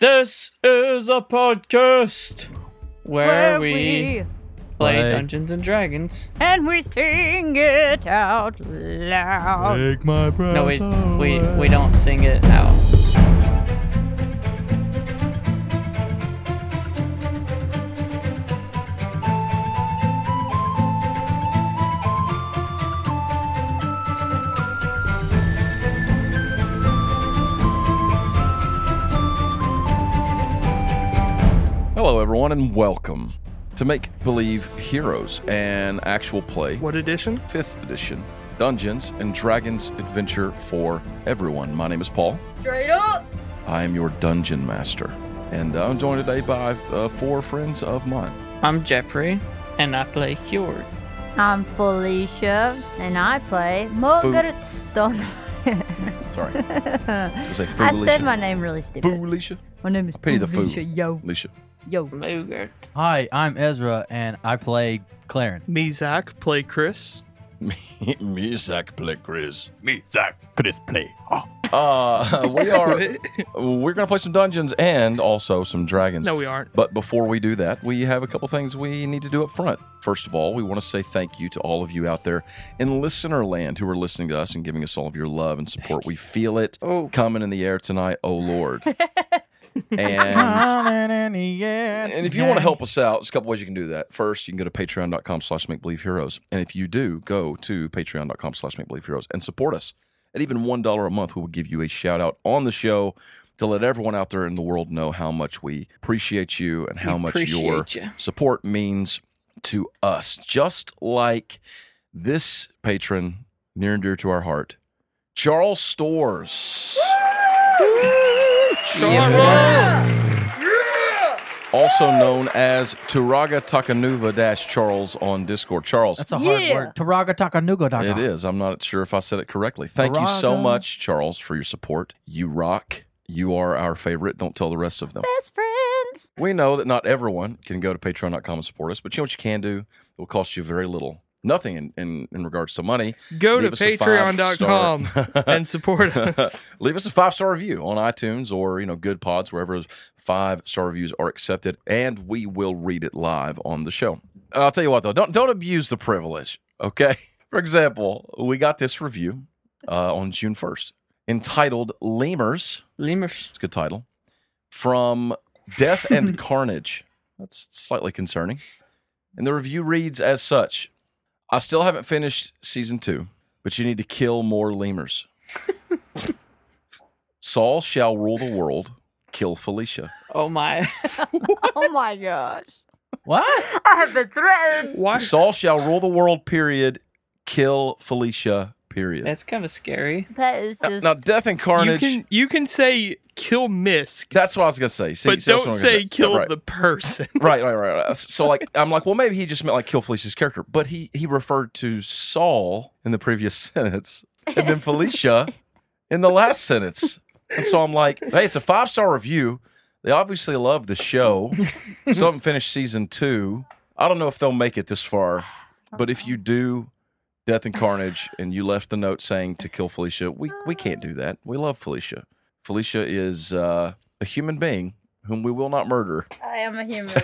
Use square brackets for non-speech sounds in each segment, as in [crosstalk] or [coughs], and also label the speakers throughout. Speaker 1: This is a podcast where, we, play
Speaker 2: Play.
Speaker 1: Dungeons and Dragons.
Speaker 3: and we sing it out loud.
Speaker 2: Take my breath
Speaker 1: No, we we we don't sing it out.
Speaker 4: Hello, everyone, and welcome to Make Believe Heroes and Actual Play
Speaker 2: What edition?
Speaker 4: 5th Edition Dungeons and Dragons Adventure for Everyone. My name is Paul.
Speaker 3: Straight up.
Speaker 4: I am your Dungeon Master, and I'm joined today by uh, four friends of mine.
Speaker 1: I'm Jeffrey, and I play Cure.
Speaker 3: I'm Felicia, and I play Margaret Stone.
Speaker 4: Sorry. I
Speaker 3: [laughs]
Speaker 4: say
Speaker 3: I
Speaker 4: Felicia.
Speaker 3: said my name really stupid.
Speaker 4: Felicia?
Speaker 3: My name is
Speaker 4: I pity the fool.
Speaker 3: Felicia. Yo,
Speaker 4: Felicia.
Speaker 3: yo.
Speaker 1: Mogert.
Speaker 2: Hi, I'm Ezra, and I play Claren.
Speaker 5: Me, Zach, play Chris.
Speaker 4: [laughs] Me, Zach, play Chris.
Speaker 5: Me, Zach, Chris, play.
Speaker 4: Uh, we are, we're going to play some dungeons and also some dragons.
Speaker 5: No, we aren't.
Speaker 4: But before we do that, we have a couple things we need to do up front. First of all, we want to say thank you to all of you out there in listener land who are listening to us and giving us all of your love and support. We feel it
Speaker 1: Oh,
Speaker 4: coming in the air tonight, oh Lord. and and if you want to help us out, there's a couple ways you can do that. First, you can go to patreon.com slash makebelieveheroes. And if you do, go to patreon.com slash makebelieveheroes and support us. At even $1 a month, we will give you a shout out on the show to let everyone out there in the world know how much we appreciate you and how
Speaker 1: We
Speaker 4: much
Speaker 1: appreciate
Speaker 4: your
Speaker 1: ya.
Speaker 4: support means to us. Just like this patron near and dear to our heart, Charles Stores. also known as Turaga Takanuva dash Charles on Discord. Charles,
Speaker 2: That's a hard
Speaker 3: Yeah.
Speaker 2: word. Taraga Takanuga Daga.
Speaker 4: it is. I'm not sure if I said it correctly. Thank you so
Speaker 2: Turaga.
Speaker 4: much, Charles, for your support. You rock. You are our favorite. Don't tell the rest of them.
Speaker 3: Best friends.
Speaker 4: We know that not everyone can go to patreon.com and support us, but you know what you can do? It will cost you very little. Nothing in, in, in regards to money.
Speaker 5: Go
Speaker 4: Leave
Speaker 5: to
Speaker 4: us a five-star- [laughs]
Speaker 5: patreon.com and support us.
Speaker 4: Leave us a five star review on iTunes or you know Good Pods wherever five star reviews are accepted, and we will read it live on the show. And I'll tell you what though, don't don't abuse the privilege. Okay, [laughs] for example, we got this review uh, on June first entitled "Lemurs."
Speaker 1: lemurs.
Speaker 4: It's a good title from Death and Carnage. That's slightly concerning. And the review reads as such: I still haven't finished season two, but you need to kill more lemurs. Saul shall rule the world. Kill Felicia.
Speaker 1: Oh my.
Speaker 3: Oh my gosh.
Speaker 4: [laughs]
Speaker 2: What?
Speaker 3: I have been threatened.
Speaker 5: Why?
Speaker 4: Saul shall rule the world. Period. Kill Felicia.
Speaker 1: [laughs]
Speaker 4: Period.
Speaker 1: That's kind of scary.
Speaker 3: That is
Speaker 4: Now,
Speaker 3: just.
Speaker 4: now, death and
Speaker 5: You
Speaker 4: carnage.
Speaker 5: can, you can say kill Misk,
Speaker 4: that's what I was gonna say. See,
Speaker 5: but
Speaker 4: see, that's
Speaker 5: don't
Speaker 4: what I'm gonna
Speaker 5: say kill
Speaker 4: Right.
Speaker 5: the person. [laughs]
Speaker 4: right, right, right, right. So like, I'm like, well, maybe he just meant like kill Felicia's character, but he he referred to Saul in the previous [laughs] sentence, and then Felicia in the last sentence. And so I'm like, hey, it's a five star review. They obviously love the show. Still haven't finished season two. I don't know if they'll make it this far, but if you do. Death and Carnage, and you left the note saying to kill Felicia. We we can't do that. We love Felicia. Felicia is uh, a human being whom we will not murder.
Speaker 3: I am a
Speaker 4: [laughs]
Speaker 3: human.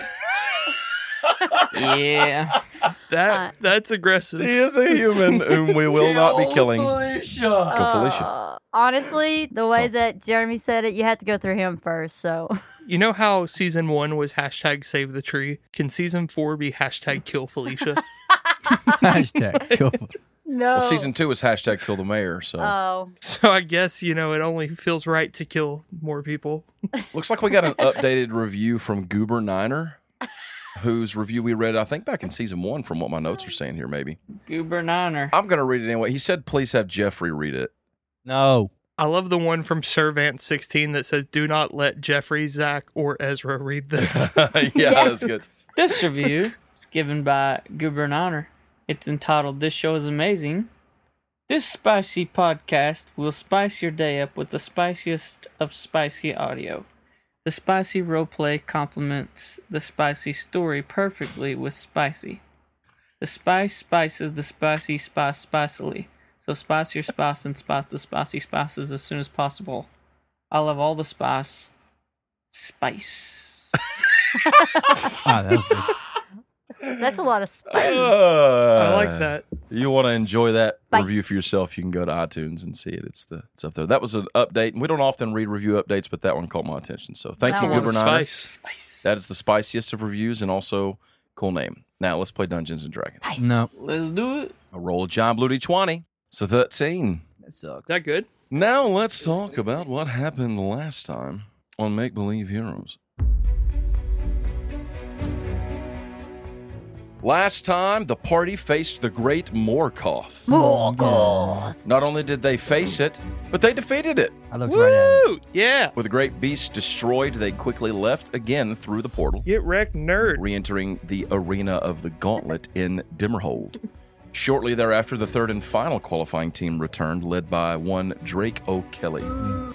Speaker 1: Yeah.
Speaker 5: That
Speaker 3: Uh,
Speaker 5: That's aggressive.
Speaker 4: He is a
Speaker 5: [laughs]
Speaker 4: human whom we will not be killing.
Speaker 2: Felicia.
Speaker 4: Go Felicia.
Speaker 3: Uh, honestly, the way that Jeremy said it, you had to go through him first. So
Speaker 5: You know how season one was hashtag save the tree? Can season four be hashtag kill Felicia?
Speaker 4: [laughs]
Speaker 2: Hashtag. kill Fel-
Speaker 3: no.
Speaker 4: Well, season two is hashtag kill the mayor. So
Speaker 3: Oh,
Speaker 5: so I guess, you know, it only feels right to kill more people.
Speaker 4: looks like we got an updated review from Goober Niner, whose review we read, I think, back in season one, from what my notes are saying here. Maybe
Speaker 1: Goober Niner.
Speaker 4: I'm gonna read it anyway. He said, "Please have Jeffrey read it." [laughs]
Speaker 2: No.
Speaker 5: I love the one from Servant16 that says, Do not let Jeffrey, Zach, or Ezra read
Speaker 4: [laughs]
Speaker 5: this.
Speaker 4: yeah,
Speaker 3: Yeah.
Speaker 4: that's good.
Speaker 1: This review is given by Goober Niner. It's entitled This Show is Amazing. This spicy podcast will spice your day up with the spiciest of spicy audio. The spicy roleplay complements the spicy story perfectly with spicy. The spice spices the spicy spice spicily. So spice your spice and spice the spicy spices as soon as possible. I love all the spice. spice.
Speaker 2: Ah, that was good.
Speaker 3: That's a lot of spice.
Speaker 4: I
Speaker 5: I like that.
Speaker 4: [laughs] Uh, You want to enjoy that
Speaker 3: Spice.
Speaker 4: review for yourself? You can go to iTunes and see it. It's the it's up there. That was an update. We don't often read review updates, but that one caught my attention. So thank
Speaker 3: That
Speaker 4: you,
Speaker 3: one.
Speaker 4: Gubernator.
Speaker 5: Spice.
Speaker 1: Spice.
Speaker 4: That is the spiciest of reviews, and also cool name. Now let's play Dungeons and Dragons.
Speaker 3: Nice.
Speaker 2: No.
Speaker 1: Let's do it.
Speaker 4: I roll a giant blue twenty, so thirteen.
Speaker 2: That sucks.
Speaker 5: Is that good?
Speaker 4: Now let's talk about what happened last time on Make Believe Heroes. Last time, the party faced the Great Morkoth.
Speaker 3: Morgoth.
Speaker 4: Not only did they face it, but they defeated it.
Speaker 2: I looked right at it.
Speaker 5: Woo! Yeah.
Speaker 4: With the great beast destroyed, they quickly left again through the portal,
Speaker 5: Get wrecked, [laughs] nerd.
Speaker 4: re entering the arena of the gauntlet in Dimmerhold. Shortly thereafter, the third and final qualifying team returned, led by one Drake O'Kelly.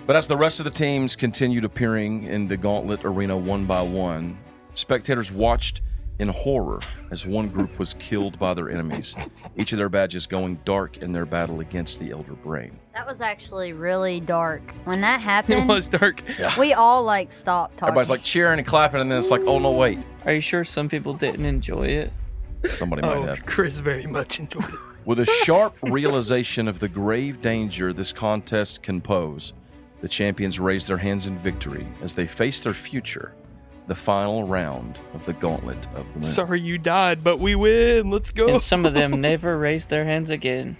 Speaker 4: But as the rest of the teams continued appearing in the gauntlet arena one by one, spectators watched in horror as one group was killed by their enemies, each of their badges going dark in their battle against the Elder Brain.
Speaker 3: That was actually really dark. When that
Speaker 5: It
Speaker 4: [laughs]
Speaker 3: happened,
Speaker 5: was dark.
Speaker 3: we all like stopped talking.
Speaker 4: Everybody's like cheering and clapping, and then it's like, oh no, wait.
Speaker 1: Are you sure some people didn't enjoy it?
Speaker 4: Somebody might
Speaker 5: Oh,
Speaker 4: have.
Speaker 5: Chris very much enjoyed it.
Speaker 4: With a sharp realization of the grave danger this contest can pose, the champions raise their hands in victory as they face their future, the final round of the Gauntlet of the Moon.
Speaker 5: Sorry you died, but we win. Let's go.
Speaker 1: And some of them never raised their hands again.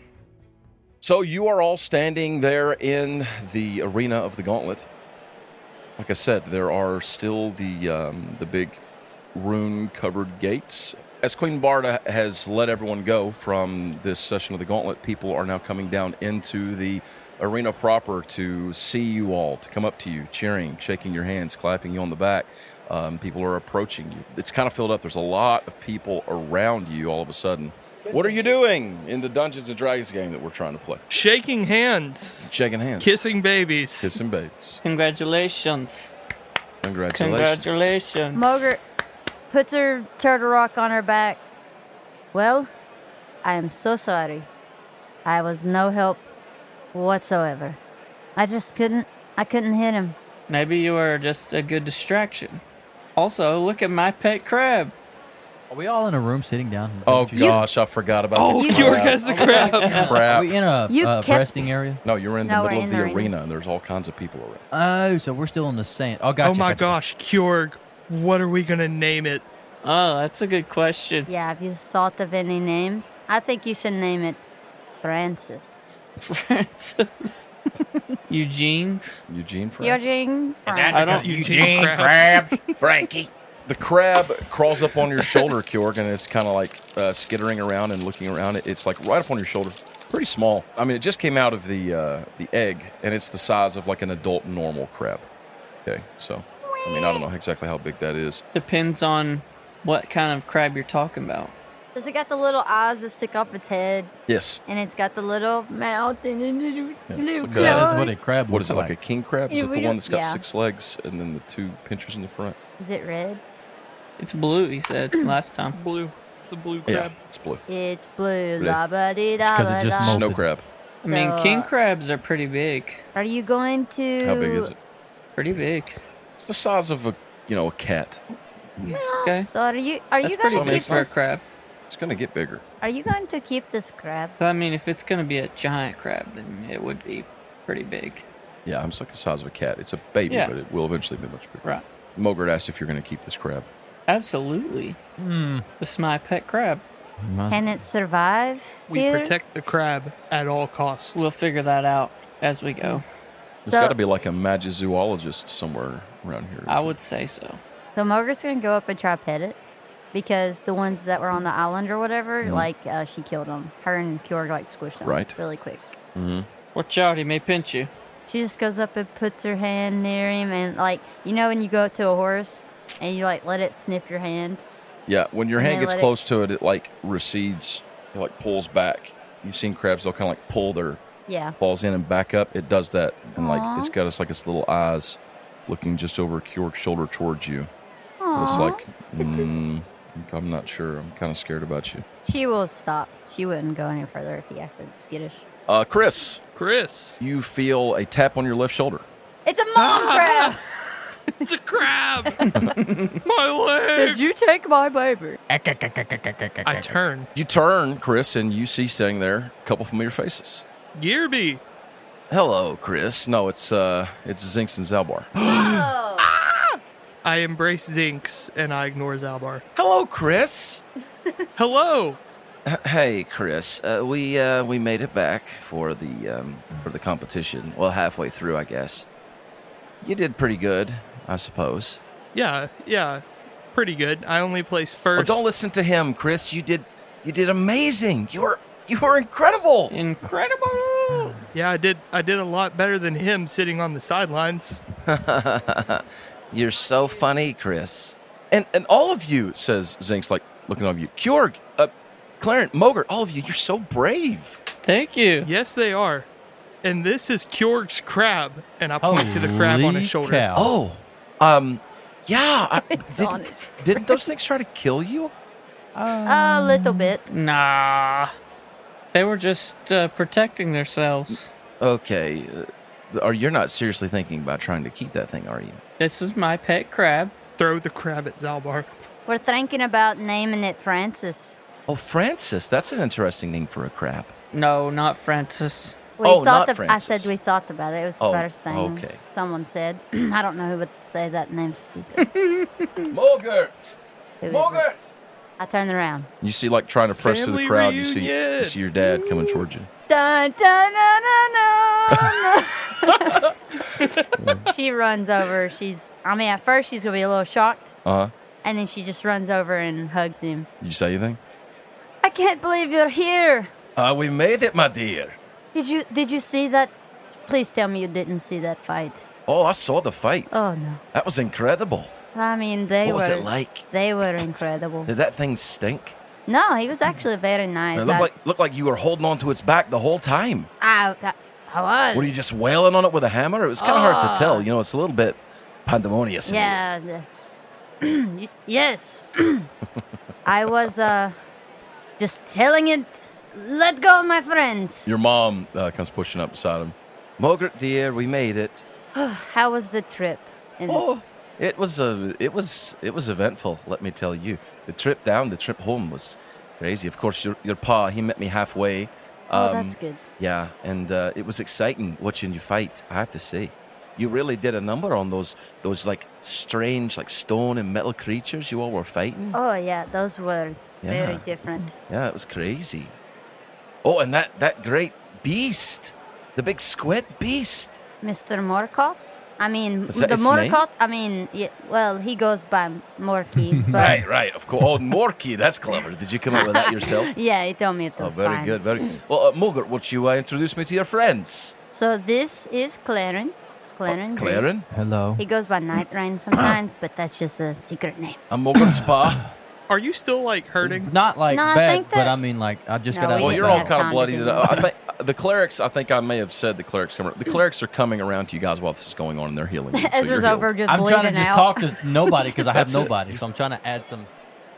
Speaker 4: So you are all standing there in the arena of the Gauntlet. Like I said, there are still the um, the big rune-covered gates. As Queen Barda has let everyone go from this session of the Gauntlet, people are now coming down into the arena proper to see you all, to come up to you, cheering, shaking your hands, clapping you on the back. Um, people are approaching you. It's kind of filled up. There's a lot of people around you all of a sudden. What are you doing in the Dungeons and Dragons game that we're trying to play?
Speaker 5: Shaking hands.
Speaker 4: Shaking hands.
Speaker 5: Kissing babies.
Speaker 4: Kissing babies.
Speaker 1: Congratulations.
Speaker 4: Congratulations.
Speaker 1: Congratulations.
Speaker 3: Mogert puts her turtle rock on her back. Well, I am so sorry. I was no help whatsoever. I just couldn't. I couldn't hit him.
Speaker 1: Maybe you are just a good distraction. Also, look at my pet crab.
Speaker 2: Are we all in a room sitting down?
Speaker 4: Oh,
Speaker 2: Are we-
Speaker 4: gosh, I forgot about
Speaker 5: Oh,
Speaker 4: the
Speaker 3: You-
Speaker 5: York has the crap.
Speaker 2: Are
Speaker 4: crap.
Speaker 2: we in a
Speaker 3: You
Speaker 2: uh,
Speaker 3: kept-
Speaker 2: resting area?
Speaker 4: No, you're in the
Speaker 3: No, we're
Speaker 4: middle of
Speaker 3: in
Speaker 4: the
Speaker 3: the
Speaker 4: arena.
Speaker 3: arena.
Speaker 4: and there's all kinds of people around.
Speaker 2: Oh, so we're still in the sand. Oh, gotcha.
Speaker 5: Oh my gosh,
Speaker 2: gotcha.
Speaker 5: Kjorg. What are we going to name it?
Speaker 1: Oh, that's a good question.
Speaker 3: Yeah. Have you thought of any names? I think you should name it Francis.
Speaker 1: Francis.
Speaker 3: [laughs]
Speaker 1: Eugene.
Speaker 4: Eugene Francis.
Speaker 3: Eugene.
Speaker 1: I
Speaker 3: Francis.
Speaker 1: don't.
Speaker 5: Eugene Krabs.
Speaker 4: The crab crawls up on your shoulder, [laughs] Kjorg, and it's kind of like uh, skittering around and looking around. It- It's like right up on your shoulder. Pretty small. I mean, it just came out of the uh, the egg, and it's the size of like an adult normal crab. Okay, so I mean, I don't know exactly how big that is.
Speaker 1: Depends on what kind of crab you're talking about.
Speaker 3: Does it got the little eyes that stick up its head,
Speaker 4: Yes.
Speaker 3: and it's got the little mouth and the little,
Speaker 4: Yeah, it's
Speaker 3: little
Speaker 4: like a-
Speaker 2: That is
Speaker 3: claws?
Speaker 2: what a crab
Speaker 4: What
Speaker 2: looks
Speaker 4: is it like? A king crab? Is
Speaker 3: Yeah,
Speaker 4: it the
Speaker 3: we
Speaker 4: one
Speaker 3: don't-
Speaker 4: that's got
Speaker 3: yeah.
Speaker 4: six legs and then the two pinchers in the front?
Speaker 3: Is it red?
Speaker 1: It's blue, he
Speaker 3: [clears throat]
Speaker 1: said last time.
Speaker 5: Blue. The blue
Speaker 4: Yeah,
Speaker 5: crab.
Speaker 4: it's blue.
Speaker 3: It's blue.
Speaker 4: Blue.
Speaker 3: La ba dee
Speaker 2: It's
Speaker 3: da
Speaker 2: 'cause it
Speaker 3: ba
Speaker 2: just
Speaker 3: da.
Speaker 2: molted.
Speaker 4: Snow crab.
Speaker 1: I mean,
Speaker 3: So,
Speaker 1: king
Speaker 3: uh,
Speaker 1: crabs are pretty big.
Speaker 3: Are you going to?
Speaker 4: How big is it?
Speaker 1: Pretty big.
Speaker 4: It's the size of a you know a cat.
Speaker 1: Okay.
Speaker 3: So are you are
Speaker 1: That's
Speaker 3: you
Speaker 1: pretty
Speaker 3: going to
Speaker 4: gonna
Speaker 1: big
Speaker 3: keep
Speaker 1: for a
Speaker 3: this
Speaker 1: crab.
Speaker 4: It's gonna get bigger.
Speaker 3: Are you going to keep this crab?
Speaker 1: But I mean, if it's going to be a giant crab, then it would be pretty big.
Speaker 4: Yeah, it's like the size of a cat. It's a baby,
Speaker 1: Yeah.
Speaker 4: but it will eventually be much bigger.
Speaker 1: Right.
Speaker 4: Mogart asked if you're gonna keep this crab.
Speaker 1: Absolutely.
Speaker 2: Hmm.
Speaker 1: This is my pet crab.
Speaker 2: Reminds-
Speaker 3: Can it survive
Speaker 5: We
Speaker 3: here?
Speaker 5: protect the crab at all costs.
Speaker 1: We'll figure that out as we go.
Speaker 4: There's
Speaker 3: So-
Speaker 4: got to be like a magic zoologist somewhere around here.
Speaker 1: I would say so.
Speaker 3: so Margaret's going to go up and try to pet it because the ones that were on the island or whatever,
Speaker 4: Mhm.
Speaker 3: like uh, she killed them. Her and Kjorg like squished them
Speaker 4: Right.
Speaker 3: really quick.
Speaker 4: hmm
Speaker 1: Watch out, he may pinch you.
Speaker 3: She just goes up and puts her hand near him and like you know when you go up to a horse and you like let it sniff your hand.
Speaker 4: Yeah, when your
Speaker 3: And
Speaker 4: hand
Speaker 3: then
Speaker 4: gets
Speaker 3: let it-
Speaker 4: close to it, it like recedes. It like pulls back. You've seen crabs; they'll kind of like pull their
Speaker 3: Yeah.
Speaker 4: falls in and back up. It does that, and like
Speaker 3: Aw.
Speaker 4: it's got its like its little eyes looking just over Kjork's shoulder towards you. It's
Speaker 3: Aw.
Speaker 4: like, mm, I'm not sure. I'm kind of scared about you.
Speaker 3: She will stop. She wouldn't go any further if he acted skittish.
Speaker 4: Uh, Chris,
Speaker 5: Chris.
Speaker 1: [laughs]
Speaker 4: you feel a tap on your left shoulder.
Speaker 3: It's a mom crab.
Speaker 5: It's a crab. My leg.
Speaker 3: Did you take my baby?
Speaker 5: I turn.
Speaker 4: You turn, Chris, and you see standing there a couple familiar faces.
Speaker 5: Gearby.
Speaker 4: Hello, Chris. No, it's uh, it's Zinx and Zalbar.
Speaker 3: Oh.
Speaker 5: I embrace Zinx and I ignore Zalbar.
Speaker 4: [gasps] Hello, Chris.
Speaker 5: Hello.
Speaker 4: H- Hey, Chris. Uh, we uh, we made it back for the um, for the competition. Well, halfway through, I guess. You did pretty good, I suppose.
Speaker 5: Yeah, yeah. Pretty good. I only place
Speaker 4: Oh,
Speaker 5: first.
Speaker 4: don't listen to him, Chris. You did you did amazing. You were you were incredible.
Speaker 1: Incredible.
Speaker 5: Yeah, I did. I did a lot better than him sitting on the sidelines.
Speaker 4: You're so funny, Chris. And and all of you, says Zinx, like looking at all of you. Kjorg, uh, Clarence, Mogert, all of you, you're so brave.
Speaker 1: Thank you.
Speaker 5: Yes, they are. And this is Kjorg's crab, and I point to the crab on his shoulder.
Speaker 4: Oh, um, yeah.
Speaker 3: [laughs]
Speaker 4: I,
Speaker 3: on
Speaker 4: didn't,
Speaker 3: it.
Speaker 4: didn't those things try to kill you?
Speaker 3: A little bit.
Speaker 1: Nah. They were just uh, protecting themselves.
Speaker 4: Okay, uh, are you're not seriously thinking about trying to keep that thing, are you?
Speaker 1: This is my pet crab.
Speaker 5: Throw the crab at Zalbar.
Speaker 3: We're thinking about naming it Francis.
Speaker 4: Oh, Francis, that's an interesting name for a crab.
Speaker 1: No, not Francis.
Speaker 3: We
Speaker 4: Oh,
Speaker 3: thought
Speaker 4: not
Speaker 3: ab- I
Speaker 4: Francis.
Speaker 3: said we thought about it. It was the
Speaker 4: Oh,
Speaker 3: first thing
Speaker 4: okay.
Speaker 3: someone said. [clears throat] I don't know who would say that name stupid.
Speaker 4: Mogert,
Speaker 3: Who is it? I turned around.
Speaker 4: You see, like trying to press through
Speaker 5: Family
Speaker 4: the crowd. You see, you
Speaker 5: reunion.
Speaker 4: see your dad coming towards you.
Speaker 3: Dun, dun, dun, dun, dun, dun. she runs over. She's, I mean, at first she's going to be a little shocked,
Speaker 4: Uh huh.
Speaker 3: and then she just runs over and hugs him.
Speaker 4: You say anything?
Speaker 3: I can't believe you're here.
Speaker 4: Uh, we made it, my dear.
Speaker 3: Did you did you see that? Please tell me you didn't see that fight.
Speaker 4: Oh, I saw the fight.
Speaker 3: Oh no.
Speaker 4: That was incredible.
Speaker 3: I mean, they
Speaker 4: what
Speaker 3: were
Speaker 4: was it like?
Speaker 3: they were incredible.
Speaker 4: Did that thing stink?
Speaker 3: No, he was actually very nice.
Speaker 4: It
Speaker 3: I,
Speaker 4: looked like looked like you were holding onto its back the whole time.
Speaker 3: I, I, I was.
Speaker 4: Were you just wailing on it with a hammer? It was kind of hard
Speaker 3: Ah.
Speaker 4: to tell. You know, it's a little bit pandemonious. in here.
Speaker 3: Yeah. the- [clears throat] y- yes. [clears throat] I was uh, just telling it, let go of my friends.
Speaker 4: Your mom uh, comes pushing up beside him. Margaret, dear, we made it.
Speaker 3: How was the trip? And
Speaker 4: Oh, it was a, it was, it was eventful. Let me tell you, the trip down, the trip home was crazy. Of course, your your pa, he met me halfway.
Speaker 3: oh,
Speaker 4: Um,
Speaker 3: that's good.
Speaker 4: Yeah, and uh, it was exciting watching you fight. I have to say, you really did a number on those those like strange like stone and metal creatures you all were fighting.
Speaker 3: Oh yeah, those were very
Speaker 4: Yeah.
Speaker 3: different.
Speaker 4: Yeah, it was crazy. Oh, and that that great beast, the big squid beast.
Speaker 3: Mr. Morkoth. I mean,
Speaker 4: Is that
Speaker 3: the
Speaker 4: his name?
Speaker 3: Morkoth. I mean, yeah, well, he goes by Morky, but
Speaker 4: [laughs] Right, right. Of course. Oh, Morky, that's clever. Did you come up with that yourself?
Speaker 3: [laughs] yeah, he told me it
Speaker 4: Oh,
Speaker 3: was
Speaker 4: very
Speaker 3: fine.
Speaker 4: good, very good. Well, uh, Mogart, won't you uh, introduce me to your friends?
Speaker 3: So this is Claren. Claren. Green.
Speaker 4: Claren, Uh-huh.
Speaker 2: Hello.
Speaker 3: He goes by Night Rain sometimes, but that's just a secret name.
Speaker 4: I'm Mogart's
Speaker 3: [coughs]
Speaker 4: pa.
Speaker 5: Are you still like hurting?
Speaker 2: Not like
Speaker 3: No, I
Speaker 2: bad,
Speaker 3: think
Speaker 2: but
Speaker 3: that-
Speaker 2: I mean like I just
Speaker 3: No,
Speaker 2: got
Speaker 3: we
Speaker 4: Well,
Speaker 2: out of
Speaker 3: didn't
Speaker 4: you're
Speaker 2: the
Speaker 4: all
Speaker 3: have
Speaker 2: bath.
Speaker 4: kind of
Speaker 3: time
Speaker 4: bloody.
Speaker 3: to
Speaker 4: and-
Speaker 3: do
Speaker 4: I think the clerics. I think I may have said the clerics coming. The clerics are coming around to you guys while this is going on, and they're healing. [laughs] You, so
Speaker 3: Ezra's
Speaker 4: you're healed.
Speaker 3: over just
Speaker 2: I'm
Speaker 3: bleeding
Speaker 2: trying to just
Speaker 3: out.
Speaker 2: talk to
Speaker 4: [laughs]
Speaker 2: nobody because I have
Speaker 4: That's it.
Speaker 2: nobody, so I'm trying to add some.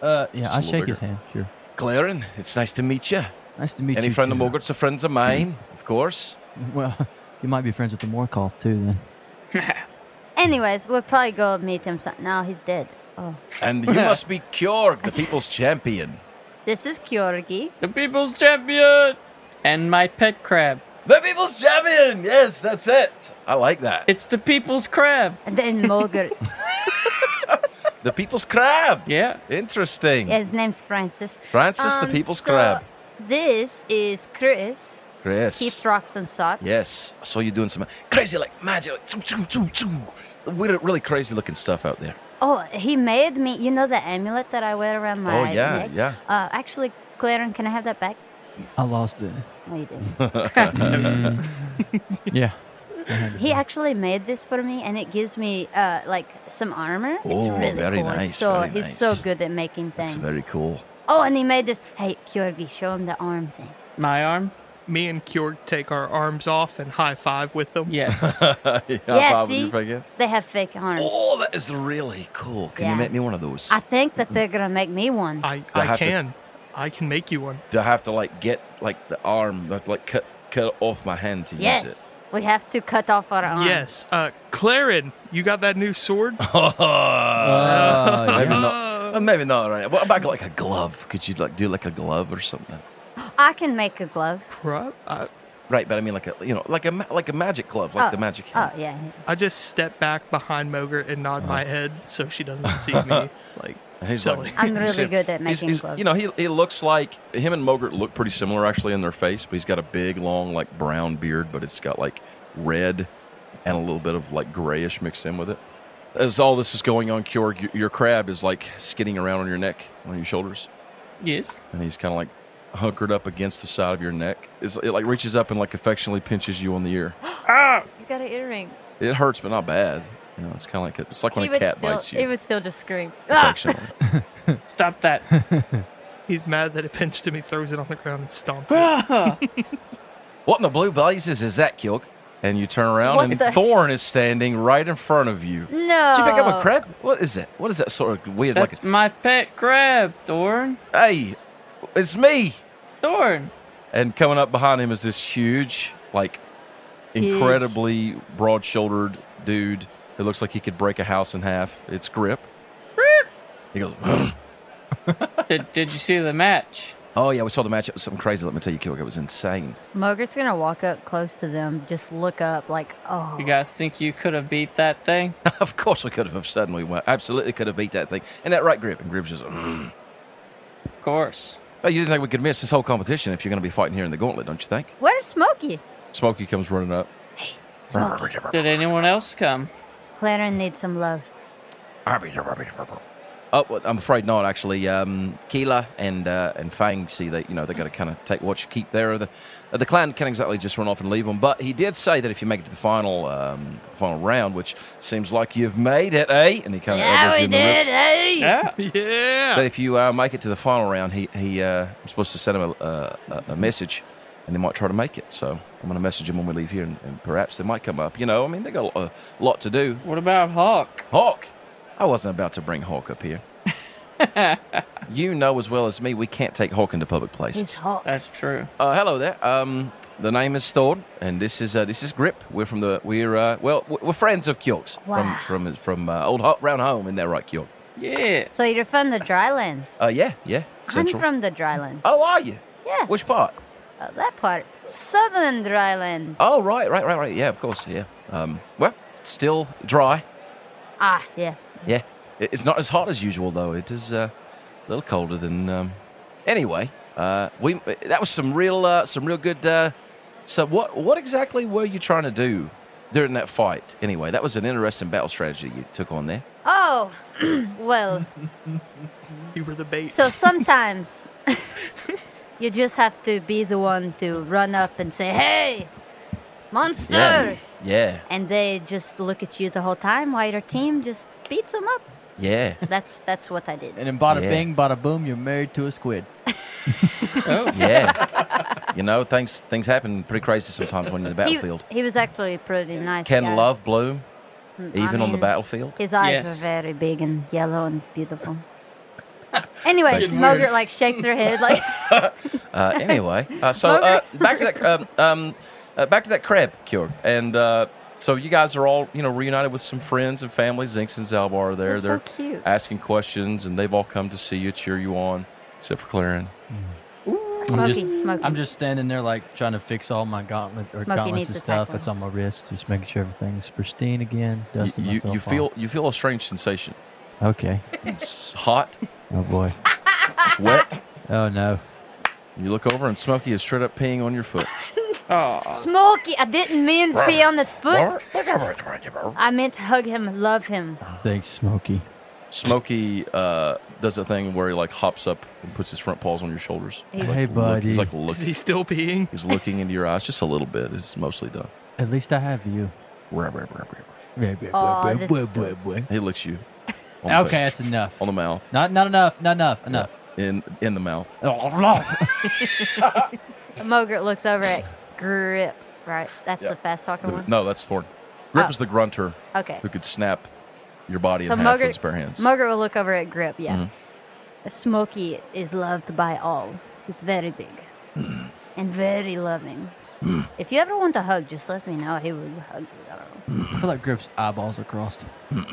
Speaker 2: Uh,
Speaker 4: Just
Speaker 2: yeah,
Speaker 4: a
Speaker 2: I
Speaker 4: little
Speaker 2: shake his
Speaker 4: bigger.
Speaker 2: hand. Sure.
Speaker 4: Claren, it's nice to meet you.
Speaker 2: Nice to meet you.
Speaker 4: Any friend
Speaker 2: too.
Speaker 4: of Mogart's are friends of mine, of course.
Speaker 2: [laughs] Well, you might be friends with the Morkoth too then.
Speaker 3: Anyways, we'll probably go meet him. Some- no, he's dead. Oh,
Speaker 4: And [laughs] you must be Kjorg, the people's champion.
Speaker 3: this is Kyorgi.
Speaker 1: The people's champion and my pet crab.
Speaker 4: The people's champion. Yes, that's it. I like that.
Speaker 1: It's the people's crab.
Speaker 3: And
Speaker 4: [laughs]
Speaker 3: then Mulgar.
Speaker 4: The people's crab.
Speaker 1: Yeah.
Speaker 4: Interesting.
Speaker 3: His name's Francis.
Speaker 4: Francis, the
Speaker 3: Um,
Speaker 4: people's
Speaker 3: so
Speaker 4: crab.
Speaker 3: This is Chris.
Speaker 4: Chris.
Speaker 3: Keeps rocks and socks.
Speaker 4: Yes, I saw you doing some crazy like magic, like choo, choo, choo, choo. Weird, really crazy looking stuff out there.
Speaker 3: Oh, he made me. You know the amulet that I wear around my
Speaker 4: oh yeah,
Speaker 3: neck?
Speaker 4: yeah.
Speaker 3: Uh, actually, Claren, can I have that back?
Speaker 2: I lost [laughs] it.
Speaker 3: No, you didn't.
Speaker 2: Yeah.
Speaker 3: he actually made this for me, and it gives me uh, like some armor.
Speaker 4: Oh,
Speaker 3: it's really
Speaker 4: very
Speaker 3: cool. It's
Speaker 4: nice,
Speaker 3: So
Speaker 4: very
Speaker 3: he's
Speaker 4: nice.
Speaker 3: so good at making things.
Speaker 4: That's very cool.
Speaker 3: Oh, and he made this. Hey, Kyorgi, show him the arm thing.
Speaker 1: My arm?
Speaker 5: Me and Kjorg take our arms off and high five with them.
Speaker 1: Yes.
Speaker 4: [laughs] yeah,
Speaker 3: yeah,
Speaker 4: Bob,
Speaker 3: see,
Speaker 4: you forget?
Speaker 3: they have fake arms.
Speaker 4: Oh, that is really cool. Can you
Speaker 3: Yeah.
Speaker 4: make me one of those?
Speaker 3: I think that they're
Speaker 4: Mm-hmm.
Speaker 3: gonna make me one.
Speaker 5: I,
Speaker 4: I
Speaker 5: I
Speaker 4: have to-
Speaker 5: can. I can make you one.
Speaker 4: Do I have to like get like the arm? do I have to like cut cut off my hand to use
Speaker 3: Yes. We have to cut off our arm.
Speaker 5: Yes. Uh, Clarin, you got that new sword?
Speaker 4: it.
Speaker 2: Oh, yeah.
Speaker 4: [laughs] maybe not. uh, Maybe not right. What about like a glove? Could you like do like a glove or something?
Speaker 3: I can make a glove.
Speaker 5: Pro- I,
Speaker 4: Right, but I mean like a you know like a ma- like a magic glove, like
Speaker 3: Oh,
Speaker 4: the magic.
Speaker 3: Oh
Speaker 4: Hand.
Speaker 3: yeah.
Speaker 5: I just step back behind Moger and nod my head so she
Speaker 4: [laughs]
Speaker 5: doesn't see me. Like,
Speaker 4: And Uh-huh. he's
Speaker 5: Silly.
Speaker 4: like,
Speaker 3: I'm
Speaker 4: you
Speaker 3: really
Speaker 4: see-
Speaker 3: good at
Speaker 4: he's-
Speaker 3: making
Speaker 4: he's-
Speaker 3: gloves.
Speaker 4: You know, he, he looks like him and Mogert look pretty similar actually in their face, but he's got a big, long, like brown beard, but it's got like red and a little bit of like grayish mixed in with it. As all this is going on, Kjorg, your, your crab is like skidding around on your neck, on your shoulders,
Speaker 1: Yes.
Speaker 4: and he's kind of like hunkered up against the side of your neck. It's, it like reaches up and like affectionately pinches you on the ear.
Speaker 3: You got an earring.
Speaker 4: It hurts, but not bad. You know, it's kind of like a, it's like when a cat bites you.
Speaker 3: would still just scream. Ah,
Speaker 4: affectionately.
Speaker 3: [laughs]
Speaker 1: Stop that.
Speaker 5: he's mad that it pinched him. He throws it on the ground and stomps it.
Speaker 1: Ah!
Speaker 4: What in the blue blazes is that, Kilk? And you turn around,
Speaker 3: What
Speaker 4: and
Speaker 3: the-
Speaker 4: Thorn is standing right in front of you.
Speaker 3: No.
Speaker 4: Did you pick up a crab? What is that? What is that sort of
Speaker 1: [laughs]
Speaker 4: weird?
Speaker 1: That's my pet crab, Thorn.
Speaker 4: like, hey, it's me.
Speaker 1: Thorn.
Speaker 4: And coming up behind him is this huge, like,
Speaker 3: Huge.
Speaker 4: incredibly broad-shouldered dude who looks like he could break a house in half. It's grip. He goes, [gasps]
Speaker 1: Did, did you see the match?
Speaker 4: oh yeah, we saw the matchup. It was something crazy. Let me tell you, Kilk, it was insane. [laughs]
Speaker 3: Mogert's gonna walk up close to them, just look up, like, oh.
Speaker 1: You guys think you could have beat that thing?
Speaker 4: of course, we could have suddenly, won. absolutely could have beat that thing. And that right grip, and grip's just. "Mm."
Speaker 1: Of course.
Speaker 4: But you didn't think we could miss this whole competition if you're going to be fighting here in the gauntlet, don't you think?
Speaker 3: Where's Smokey?
Speaker 4: Smokey comes running up.
Speaker 3: Smokey.
Speaker 1: Did anyone else come?
Speaker 3: Clara needs some love.
Speaker 4: Oh, well, I'm afraid not. Actually, um, Keela and uh, and Fang see that you know they got to kind of take what you keep there. The uh, the clan can't exactly just run off and leave them. But he did say that if you make it to the final um, final round, which seems like you've made it, eh? And he kind of elbows you in the ribs.
Speaker 3: Hey.
Speaker 1: Yeah.
Speaker 5: Yeah.
Speaker 4: [laughs] That if you uh, make it to the final round, he he uh, I'm supposed to send him a, a, a message, and he might try to make it. So I'm going to message him when we leave here, and, and perhaps they might come up. You know, I mean, they got a lot to do.
Speaker 1: What about Hawk?
Speaker 4: Hawk, I wasn't about to bring Hawk
Speaker 3: [laughs]
Speaker 4: up here. you know as well as me, we can't take Hawk into public
Speaker 3: He's
Speaker 4: places.
Speaker 3: hot.
Speaker 1: That's true.
Speaker 4: Uh, hello there. Um, the name is Thorn, and this is uh, this is Grip. We're from the we're uh, well we're we're friends of Kjork's
Speaker 3: Wow.
Speaker 4: from from from uh, old ho- round home. Isn't that right, Kjork?
Speaker 1: Yeah.
Speaker 3: So you're from the drylands.
Speaker 4: Uh, yeah, yeah.
Speaker 3: I'm from the drylands.
Speaker 4: Oh, are you?
Speaker 3: yeah.
Speaker 4: Which part?
Speaker 3: Oh, that part. Southern drylands.
Speaker 4: Oh, right, right, right, right. Yeah, of course. Yeah. Um, well, still dry.
Speaker 3: Ah, yeah.
Speaker 4: Yeah. It- It's not as hot as usual, though. It is uh, a little colder than. Um... Anyway, uh, we that was some real, uh, some real good. Uh... So, what what exactly were you trying to do during that fight? Anyway, that was an interesting battle strategy you took on there.
Speaker 3: Oh, [clears throat] well.
Speaker 5: You were the bait.
Speaker 3: So
Speaker 4: [laughs]
Speaker 3: sometimes you just have to be the one to run up and say, "Hey, monster!"
Speaker 4: Yeah.
Speaker 3: And they just look at you the whole time while your team just beats them up.
Speaker 4: Yeah.
Speaker 3: That's that's what I did.
Speaker 2: And then bada
Speaker 4: Yeah.
Speaker 2: bing, bada boom, you're married to a squid.
Speaker 4: Yeah. [laughs] you know, things things happen pretty crazy sometimes when you're in the
Speaker 3: [laughs] He,
Speaker 4: battlefield.
Speaker 3: he was actually a pretty nice.
Speaker 4: Can
Speaker 3: guy.
Speaker 4: love bloom
Speaker 3: Mm, I
Speaker 4: even on the
Speaker 3: mean,
Speaker 4: battlefield?
Speaker 3: His eyes
Speaker 1: Yes.
Speaker 3: were very big and yellow and beautiful. Anyways,
Speaker 2: Getting weird.
Speaker 3: Mogert like shakes her head like,
Speaker 4: Uh,
Speaker 3: [laughs]
Speaker 4: anyway, uh, so uh, back to that um, um, uh, back to that crab cure, and uh, so you guys are all you know reunited with some friends and family. Zinks and Zalbar are there.
Speaker 3: That's so
Speaker 4: They're
Speaker 3: cute.
Speaker 4: asking questions, and they've all come to see you, cheer you on, except for Clarin.
Speaker 3: "Smoky,
Speaker 2: I'm just,
Speaker 3: smoky."
Speaker 2: I'm just standing there like trying to fix all my gauntlet or
Speaker 3: Smokey
Speaker 2: gauntlets
Speaker 3: needs
Speaker 2: and
Speaker 3: a tackle.
Speaker 2: stuff. It's on my wrist, just making sure everything's pristine again.
Speaker 4: You,
Speaker 2: Dusting
Speaker 4: you,
Speaker 2: myself
Speaker 4: you
Speaker 2: off.
Speaker 4: feel you feel a strange sensation.
Speaker 2: okay.
Speaker 3: [laughs]
Speaker 4: It's hot,
Speaker 2: Oh
Speaker 4: [laughs]
Speaker 2: boy.
Speaker 4: it's wet.
Speaker 2: Oh no.
Speaker 4: You look over, and Smokey is straight up peeing on
Speaker 3: [laughs]
Speaker 4: your foot.
Speaker 1: Oh,
Speaker 3: Smokey, I didn't mean to be on his foot. I meant to hug him, love him.
Speaker 2: Thanks, Smokey.
Speaker 4: Smokey uh, does a thing where he like hops up and puts his front paws on your shoulders. He's
Speaker 2: Hey,
Speaker 4: like, look- he's
Speaker 2: buddy.
Speaker 4: like
Speaker 5: Is
Speaker 4: looking.
Speaker 5: he still peeing?
Speaker 4: He's looking into your eyes just a little bit. It's mostly done.
Speaker 2: At least I have you.
Speaker 4: Oh,
Speaker 3: Aw, that's so-
Speaker 4: He licks you. on the
Speaker 2: Okay,
Speaker 4: face,
Speaker 2: that's enough.
Speaker 4: on the mouth,
Speaker 2: Not not enough. Not enough. Enough.
Speaker 4: in in the mouth.
Speaker 3: Mogert looks over at Grip. Right, that's
Speaker 4: Yeah.
Speaker 3: the fast talking one.
Speaker 4: No, that's Thorn. Grip
Speaker 3: Oh.
Speaker 4: is the grunter
Speaker 3: Okay,
Speaker 4: who could snap your body
Speaker 3: So
Speaker 4: in half
Speaker 3: Mogert-
Speaker 4: with his bare hands.
Speaker 3: Mogert will look over at Grip. Yeah, Smokey is loved by all. He's very big and very loving. If you ever want a hug, just let me know. He will hug you. I don't know.
Speaker 2: [laughs] I feel like Grip's eyeballs are crossed.
Speaker 4: No,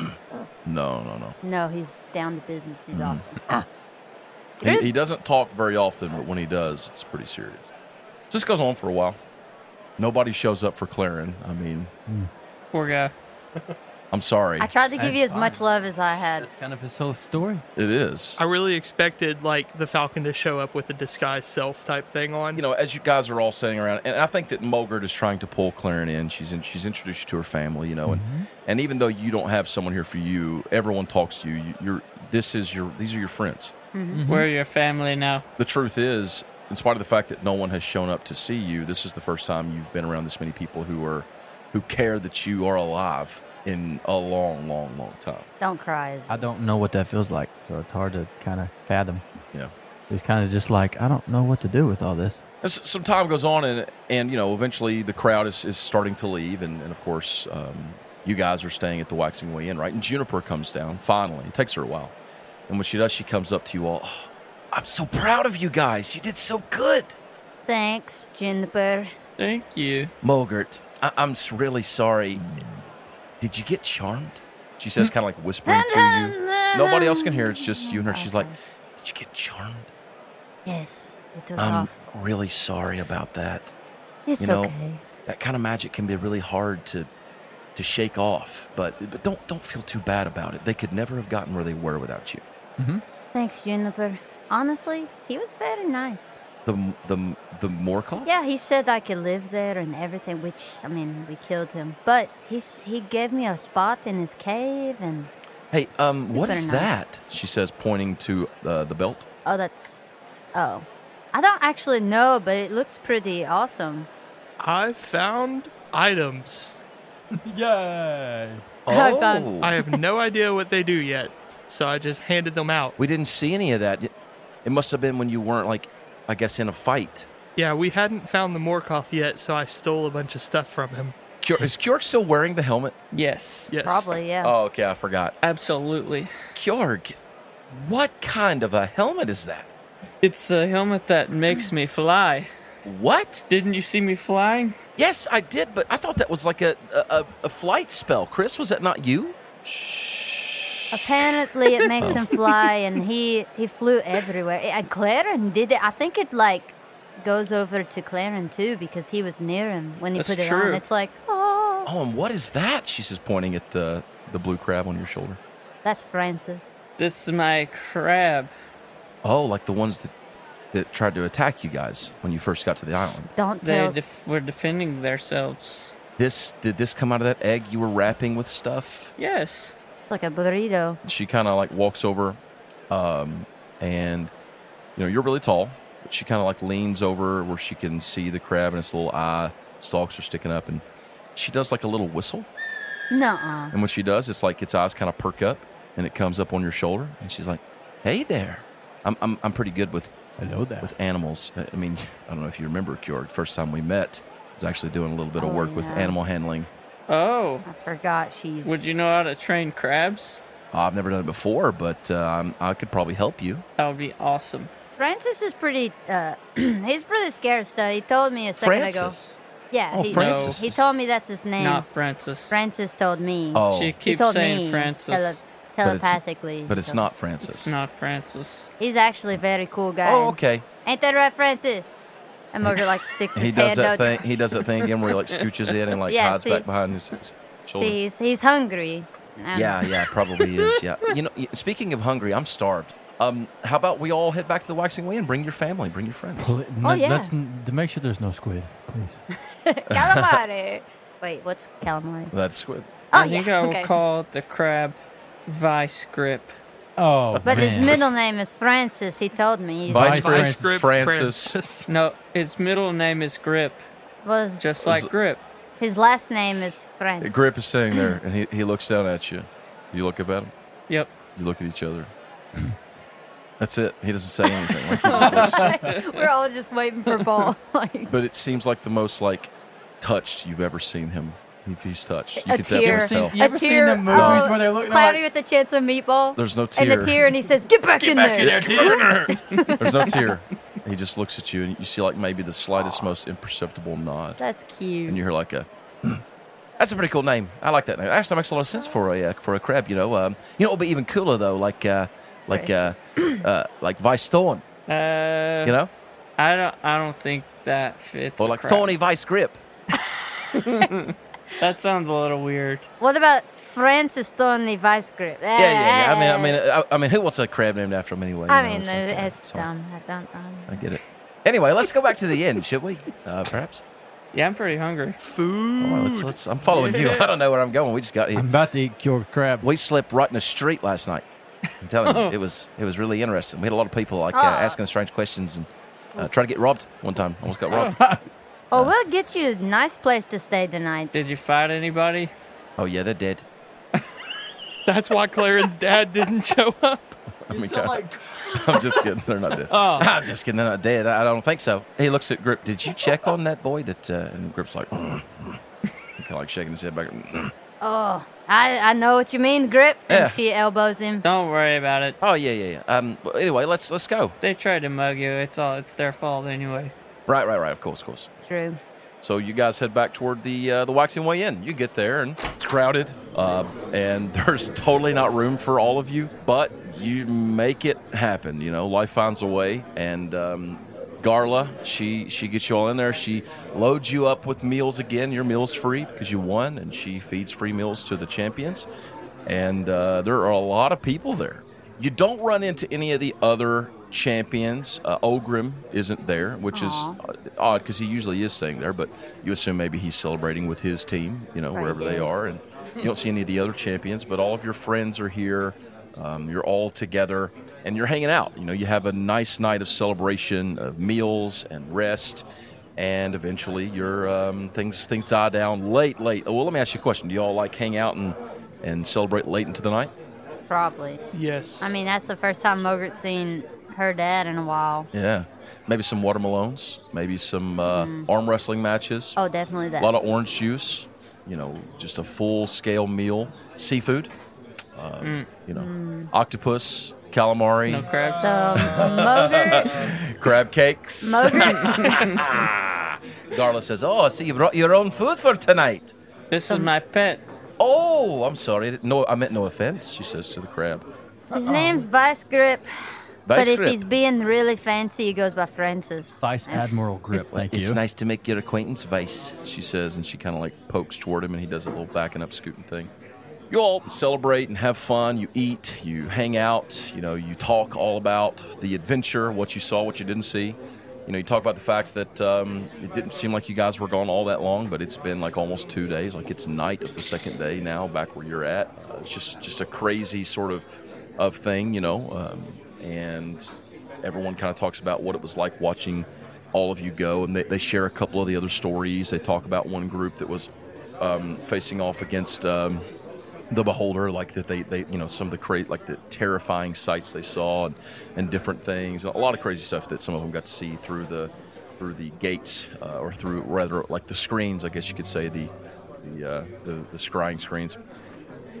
Speaker 4: no, no.
Speaker 3: No, he's down to business.
Speaker 4: Mm.
Speaker 3: He's awesome.
Speaker 4: Ah. He, he doesn't talk very often, but when he does, it's pretty serious. This goes on for a while. Nobody shows up for Claren. I mean,
Speaker 1: Poor guy.
Speaker 4: I'm sorry.
Speaker 3: I tried to give
Speaker 2: That's
Speaker 3: you as
Speaker 2: fine.
Speaker 3: much love as I had.
Speaker 2: That's kind of his whole story.
Speaker 4: it is.
Speaker 5: I really expected like the Falcon to show up with a disguised self type thing on.
Speaker 4: you know, as you guys are all sitting around, and I think that Mogert is trying to pull Claren in. She's in, she's introduced you to her family, you know, and and even though you don't have someone here for you, everyone talks to you. you you're this is your these are your friends.
Speaker 1: We're your family now.
Speaker 4: The truth is, in spite of the fact that no one has shown up to see you, this is the first time you've been around this many people who are who care that you are alive in a long, long, long time.
Speaker 3: Don't cry. Israel.
Speaker 2: I don't know what that feels like, so it's hard to kind of fathom.
Speaker 4: Yeah.
Speaker 2: It's kind of just like, I don't know what to do with all this.
Speaker 4: As some time goes on, and and you know, eventually the crowd is, is starting to leave, and, and of course, um, you guys are staying at the Waxing Way Inn, right? And Juniper comes down finally. It takes her a while, and when she does, she comes up to you all. "Oh, I'm so proud of you guys. You did so good,
Speaker 3: Thanks, Juniper.
Speaker 1: Thank you.
Speaker 4: Mogert. I- I'm s- really sorry. Did you get charmed? She says, kind of like whispering to you. Nobody else can hear. It's just you and her. She's like, "Did you get charmed?
Speaker 3: Yes, it was
Speaker 4: I'm
Speaker 3: awful.
Speaker 4: really sorry about that."
Speaker 3: It's
Speaker 4: um, you know,
Speaker 3: okay.
Speaker 4: that kind of magic can be really hard to to shake off. But but don't don't feel too bad about it. They could never have gotten where they were without you.
Speaker 3: Thanks, Juniper. Honestly, he was very nice.
Speaker 4: The the the Morkoff.
Speaker 3: Yeah, he said I could live there and everything, which I mean, we killed him. But he's he gave me a spot in his cave and
Speaker 4: Hey, um, what
Speaker 3: Super
Speaker 4: is
Speaker 3: nice.
Speaker 4: that? She says, pointing to uh, the belt.
Speaker 3: oh that's oh. I don't actually know, but it looks pretty awesome.
Speaker 5: I found items.
Speaker 2: Yay!
Speaker 3: High five.
Speaker 4: Oh.
Speaker 5: I have
Speaker 4: [laughs]
Speaker 5: no idea what they do yet, so I just handed them out.
Speaker 4: we didn't see any of that. It- It must have been when you weren't like, I guess, in a fight.
Speaker 5: Yeah, we hadn't found the Morkoth yet, so I stole a bunch of stuff from him.
Speaker 4: Kjork, is Kjork still wearing the helmet?
Speaker 1: Yes.
Speaker 5: Yes.
Speaker 3: Probably, yeah.
Speaker 4: Oh, okay, I forgot.
Speaker 1: Absolutely.
Speaker 4: Kjorg, what kind of a helmet is that?
Speaker 1: It's a helmet that makes me fly.
Speaker 4: What?
Speaker 1: Didn't you see me flying?
Speaker 4: Yes, I did, but I thought that was like a a, a- a flight spell. Chris, was that not you?
Speaker 3: Apparently, it makes
Speaker 1: [laughs]
Speaker 3: him fly, and he he flew everywhere. And Claren did it. I think it like goes over to Claren too because he was near him when he
Speaker 1: That's
Speaker 3: put it
Speaker 1: true.
Speaker 3: on. It's like, oh,
Speaker 4: Oh, and what is that? She says, pointing at the the blue crab on your shoulder.
Speaker 3: that's Francis.
Speaker 1: This is my crab.
Speaker 4: Oh, like the ones that that tried to attack you guys when you first got to the island.
Speaker 3: Don't
Speaker 1: They
Speaker 3: tell.
Speaker 1: def- were defending themselves.
Speaker 4: This did this come out of that egg you were wrapping with stuff?
Speaker 1: Yes.
Speaker 3: It's like a burrito.
Speaker 4: She kind of like walks over, um, and you know you're really tall. But she kind of like leans over where she can see the crab and its little eye stalks are sticking up, and she does like a little whistle.
Speaker 3: Nuh-uh.
Speaker 4: And when she does, it's like its eyes kind of perk up and it comes up on your shoulder. And she's like, Hey there. I'm, I'm, I'm pretty good with,
Speaker 2: Hello there.
Speaker 4: with animals. I I mean, [laughs] I don't know if you remember, Kjorg, first time we met, I was actually doing a little bit of
Speaker 3: Oh,
Speaker 4: work with
Speaker 3: yeah.
Speaker 4: animal handling.
Speaker 1: Oh.
Speaker 3: I forgot she's.
Speaker 1: Would you know how to train crabs?
Speaker 4: Uh, I've never done it before, but uh, I'm, I could probably help you.
Speaker 1: That would be awesome.
Speaker 3: Francis is pretty. Uh, [clears throat] he's pretty scared. Still, he told me a second
Speaker 4: Francis.
Speaker 3: ago. Yeah,
Speaker 4: Oh,
Speaker 3: he,
Speaker 4: Francis.
Speaker 3: He told me that's his name.
Speaker 1: Not Francis.
Speaker 3: Francis told me.
Speaker 4: Oh,
Speaker 1: She
Speaker 3: he
Speaker 1: keeps
Speaker 3: told
Speaker 1: saying
Speaker 3: me
Speaker 1: Francis.
Speaker 4: But
Speaker 3: Tele-
Speaker 4: it's-
Speaker 3: telepathically.
Speaker 4: but it's
Speaker 3: so-
Speaker 4: not Francis.
Speaker 1: It's not Francis.
Speaker 3: He's actually a very cool guy.
Speaker 4: Oh, okay.
Speaker 3: Ain't that right, Francis? And Morgan like
Speaker 4: [laughs]
Speaker 3: sticks his
Speaker 4: He does
Speaker 3: hand
Speaker 4: that
Speaker 3: out.
Speaker 4: thing. He does that thing again where he like scooches in and
Speaker 3: [laughs]
Speaker 4: like
Speaker 3: Yeah,
Speaker 4: hides
Speaker 3: see.
Speaker 4: back behind his his shoulder.
Speaker 3: See, he's, he's hungry. Um,
Speaker 4: Yeah, yeah, probably is. Yeah. You know, y- speaking of hungry, I'm starved. Um, how about we all head back to the Waxing Way and bring your family, bring your friends.
Speaker 2: Pl- no,
Speaker 3: Oh, yeah.
Speaker 2: let's n- to make sure there's no squid.
Speaker 3: [laughs]
Speaker 4: [laughs]
Speaker 2: Please.
Speaker 3: Calamari. Wait, what's calamari?
Speaker 4: That's squid.
Speaker 3: Oh,
Speaker 1: I think
Speaker 3: yeah.
Speaker 1: I will
Speaker 3: okay.
Speaker 1: call it the crab vice grip.
Speaker 2: Oh,
Speaker 3: But his
Speaker 2: man.
Speaker 3: middle name is Francis. He told me. He's
Speaker 2: Vice
Speaker 5: Vice
Speaker 2: Francis.
Speaker 5: grip
Speaker 4: Francis.
Speaker 1: No, his middle name is Grip,
Speaker 3: was
Speaker 1: just like
Speaker 4: Z-
Speaker 1: Grip.
Speaker 3: his last name is Francis.
Speaker 4: [laughs] Grip
Speaker 3: [laughs]
Speaker 4: is sitting there, and he, he looks down at you. You look up at him.
Speaker 1: Yep.
Speaker 4: You look at each other. That's it. He doesn't say anything. Like, he just looks- [laughs]
Speaker 3: We're all just waiting for ball. [laughs] like,
Speaker 4: but it seems like the most like touched you've ever seen him. He- He's touched. You
Speaker 3: A
Speaker 4: can
Speaker 3: tear.
Speaker 4: definitely tell.
Speaker 2: You ever
Speaker 3: a
Speaker 2: seen
Speaker 3: tear,
Speaker 2: the movies
Speaker 3: oh,
Speaker 2: where they're looking at
Speaker 3: Cloudy
Speaker 2: like-
Speaker 3: with a chance of meatball.
Speaker 4: There's no tear.
Speaker 3: And the tear, and he says, "Get back in there."
Speaker 4: There's no tear. He just looks at you, and you see like maybe the slightest, most imperceptible nod,
Speaker 3: That's
Speaker 4: and
Speaker 3: cute.
Speaker 4: you hear like a. "Hmm, That's a pretty cool name. I like that name. Actually, that makes a lot of sense for a uh, for a crab. You know, um, you know, it'll be even cooler though, like uh, like uh, [clears throat] uh, like Vice Thorn.
Speaker 1: Uh,
Speaker 4: You know,
Speaker 1: I don't. I don't think that fits.
Speaker 4: or
Speaker 1: a
Speaker 4: like
Speaker 1: crab.
Speaker 4: Thorny Vice Grip.
Speaker 1: That sounds a little weird.
Speaker 3: What about Francis Thornley Vice Grip?
Speaker 4: Yeah, yeah, yeah. I mean, I mean, uh, I, I mean, who wants a crab named after him anyway?
Speaker 3: I
Speaker 4: You know,
Speaker 3: mean,
Speaker 4: it's like, uh,
Speaker 3: it's
Speaker 4: sorry.
Speaker 3: dumb. I don't. Um,
Speaker 4: I get it. Anyway, let's go back to the end, should we? Uh, perhaps.
Speaker 1: Yeah, I'm pretty hungry.
Speaker 5: Food.
Speaker 4: All right, let's, let's, I'm following you. I don't know where I'm going. We just got here.
Speaker 2: I'm about to eat cured crab.
Speaker 4: We slept right in the street last night. I'm telling you, it was it was really interesting. We had a lot of people like uh,
Speaker 3: Ah.
Speaker 4: asking us strange questions and uh, trying to get robbed one time. Almost got robbed.
Speaker 3: oh, we'll get you a nice place to stay tonight.
Speaker 1: Did you fight anybody?
Speaker 4: Oh yeah, they're dead.
Speaker 5: That's why Clarence's dad didn't show up.
Speaker 4: I mean, Oh God. [laughs] I'm just kidding. They're not dead.
Speaker 1: Oh.
Speaker 4: [laughs] I'm just kidding. They're not dead. I, I don't think so. He looks at Grip. Did you check on that boy? That uh, and Grip's like, kind of like shaking his head back. "Mm."
Speaker 3: Oh, I I know what you mean, Grip.
Speaker 4: Yeah.
Speaker 3: And she elbows him.
Speaker 1: Don't worry about it.
Speaker 4: Oh yeah, yeah, yeah. Um. well, Anyway, let's let's go.
Speaker 1: They tried to mug you. It's all. It's their fault anyway.
Speaker 4: Right, right, right. Of course, of course.
Speaker 3: True.
Speaker 4: So you guys head back toward the uh, the Waxing Way Inn. You get there and it's crowded, uh, and [laughs] there's totally not room for all of you. But you make it happen. You know, life finds a way, and. Um, Garla, she she gets you all in there. She loads you up with meals again. Your meal's free because you won, and she feeds free meals to the champions. And uh, there are a lot of people there. You don't run into any of the other champions. Uh, Ogrim isn't there, which is uh,
Speaker 3: Aw.
Speaker 4: odd because he usually is staying there, but you assume maybe he's celebrating with his team, you know,
Speaker 3: Right,
Speaker 4: wherever they
Speaker 3: yeah.
Speaker 4: are. And you don't see any of the other champions, but all of your friends are here. Um, you're all together and you're hanging out. You know, you have a nice night of celebration, of meals and rest. And eventually, your um, things things die down late, late. Oh, well, let me ask you a question. Do y'all like hang out and, and celebrate late into the night?
Speaker 3: Probably.
Speaker 5: Yes.
Speaker 3: I mean, that's the first time Margaret's seen her dad in a while.
Speaker 4: Yeah, maybe some watermelons, maybe some uh, arm wrestling matches.
Speaker 3: Mm. Oh, definitely that.
Speaker 4: A lot of orange juice, you know, just a full scale meal. Seafood, uh,
Speaker 3: Mm.
Speaker 4: you know, octopus, calamari,
Speaker 1: No crabs.
Speaker 3: so,
Speaker 4: [laughs]
Speaker 3: Mogert,
Speaker 4: crab cakes.
Speaker 3: Mogert,
Speaker 4: [laughs] Darla says, Oh, I see you brought your own food for tonight.
Speaker 1: This is my pet.
Speaker 4: Oh, I'm sorry. I didn't- No, I meant no offense, she says to the crab.
Speaker 3: his name's Vice Grip, but
Speaker 4: Vice
Speaker 3: if
Speaker 4: grip.
Speaker 3: he's being really fancy, he goes by Francis.
Speaker 2: Vice
Speaker 3: That's-
Speaker 2: Admiral
Speaker 3: [laughs]
Speaker 2: Grip. Thank
Speaker 4: it's
Speaker 2: you.
Speaker 4: nice to make your acquaintance, Vice, she says, and she kind of like pokes toward him, and he does a little backing up, scooting thing. You all celebrate and have fun. You eat, you hang out, you know, you talk all about the adventure, what you saw, what you didn't see. You know, you talk about the fact that um, it didn't seem like you guys were gone all that long, but it's been like almost two days. Like it's night of the second day now, back where you're at. Uh, it's just just a crazy sort of of thing, you know. Um, and everyone kind of talks about what it was like watching all of you go, and they, they share a couple of the other stories. They talk about one group that was um, facing off against um, the beholder, like that they, they you know some of the cra- like the terrifying sights they saw and, and different things, a lot of crazy stuff that some of them got to see through the through the gates uh, or through rather like the screens, I guess you could say the the uh, the, the scrying screens.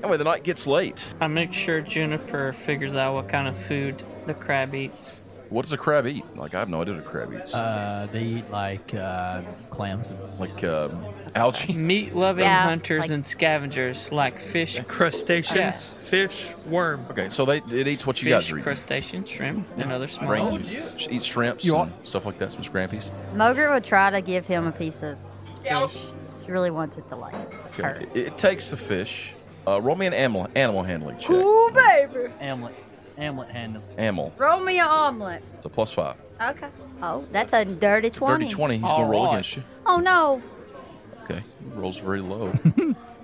Speaker 4: Anyway, the night gets late.
Speaker 1: I make sure Juniper figures out what kind of food the crab eats.
Speaker 4: What does a crab eat? Like I have no idea what a crab eats.
Speaker 2: Uh, they eat like uh, clams and
Speaker 4: like um, algae.
Speaker 1: Meat loving
Speaker 3: Yeah,
Speaker 1: hunters
Speaker 3: like-
Speaker 1: and scavengers like fish,
Speaker 5: Crustaceans, fish, worm.
Speaker 4: Okay, so they it eats what you
Speaker 1: fish, Oh,
Speaker 4: guys are eating.
Speaker 1: crustacean, shrimp, and other small.
Speaker 4: Brains. Eat shrimps
Speaker 2: You
Speaker 4: and stuff like that. Some scrampies.
Speaker 3: Mogert would try to give him a piece of fish. She really wants it to like her.
Speaker 4: Okay. It, it takes the fish. Uh, roll me an animal animal handling check.
Speaker 3: Ooh, baby.
Speaker 2: Hamlet. Hamlet handle.
Speaker 4: Animal.
Speaker 3: Roll me an omelet.
Speaker 4: It's a plus five.
Speaker 3: Okay. Oh, that's a dirty 20.
Speaker 4: Dirty twenty. He's gonna roll
Speaker 1: Alright.
Speaker 4: against you.
Speaker 3: Oh, no.
Speaker 4: Okay. He rolls very low.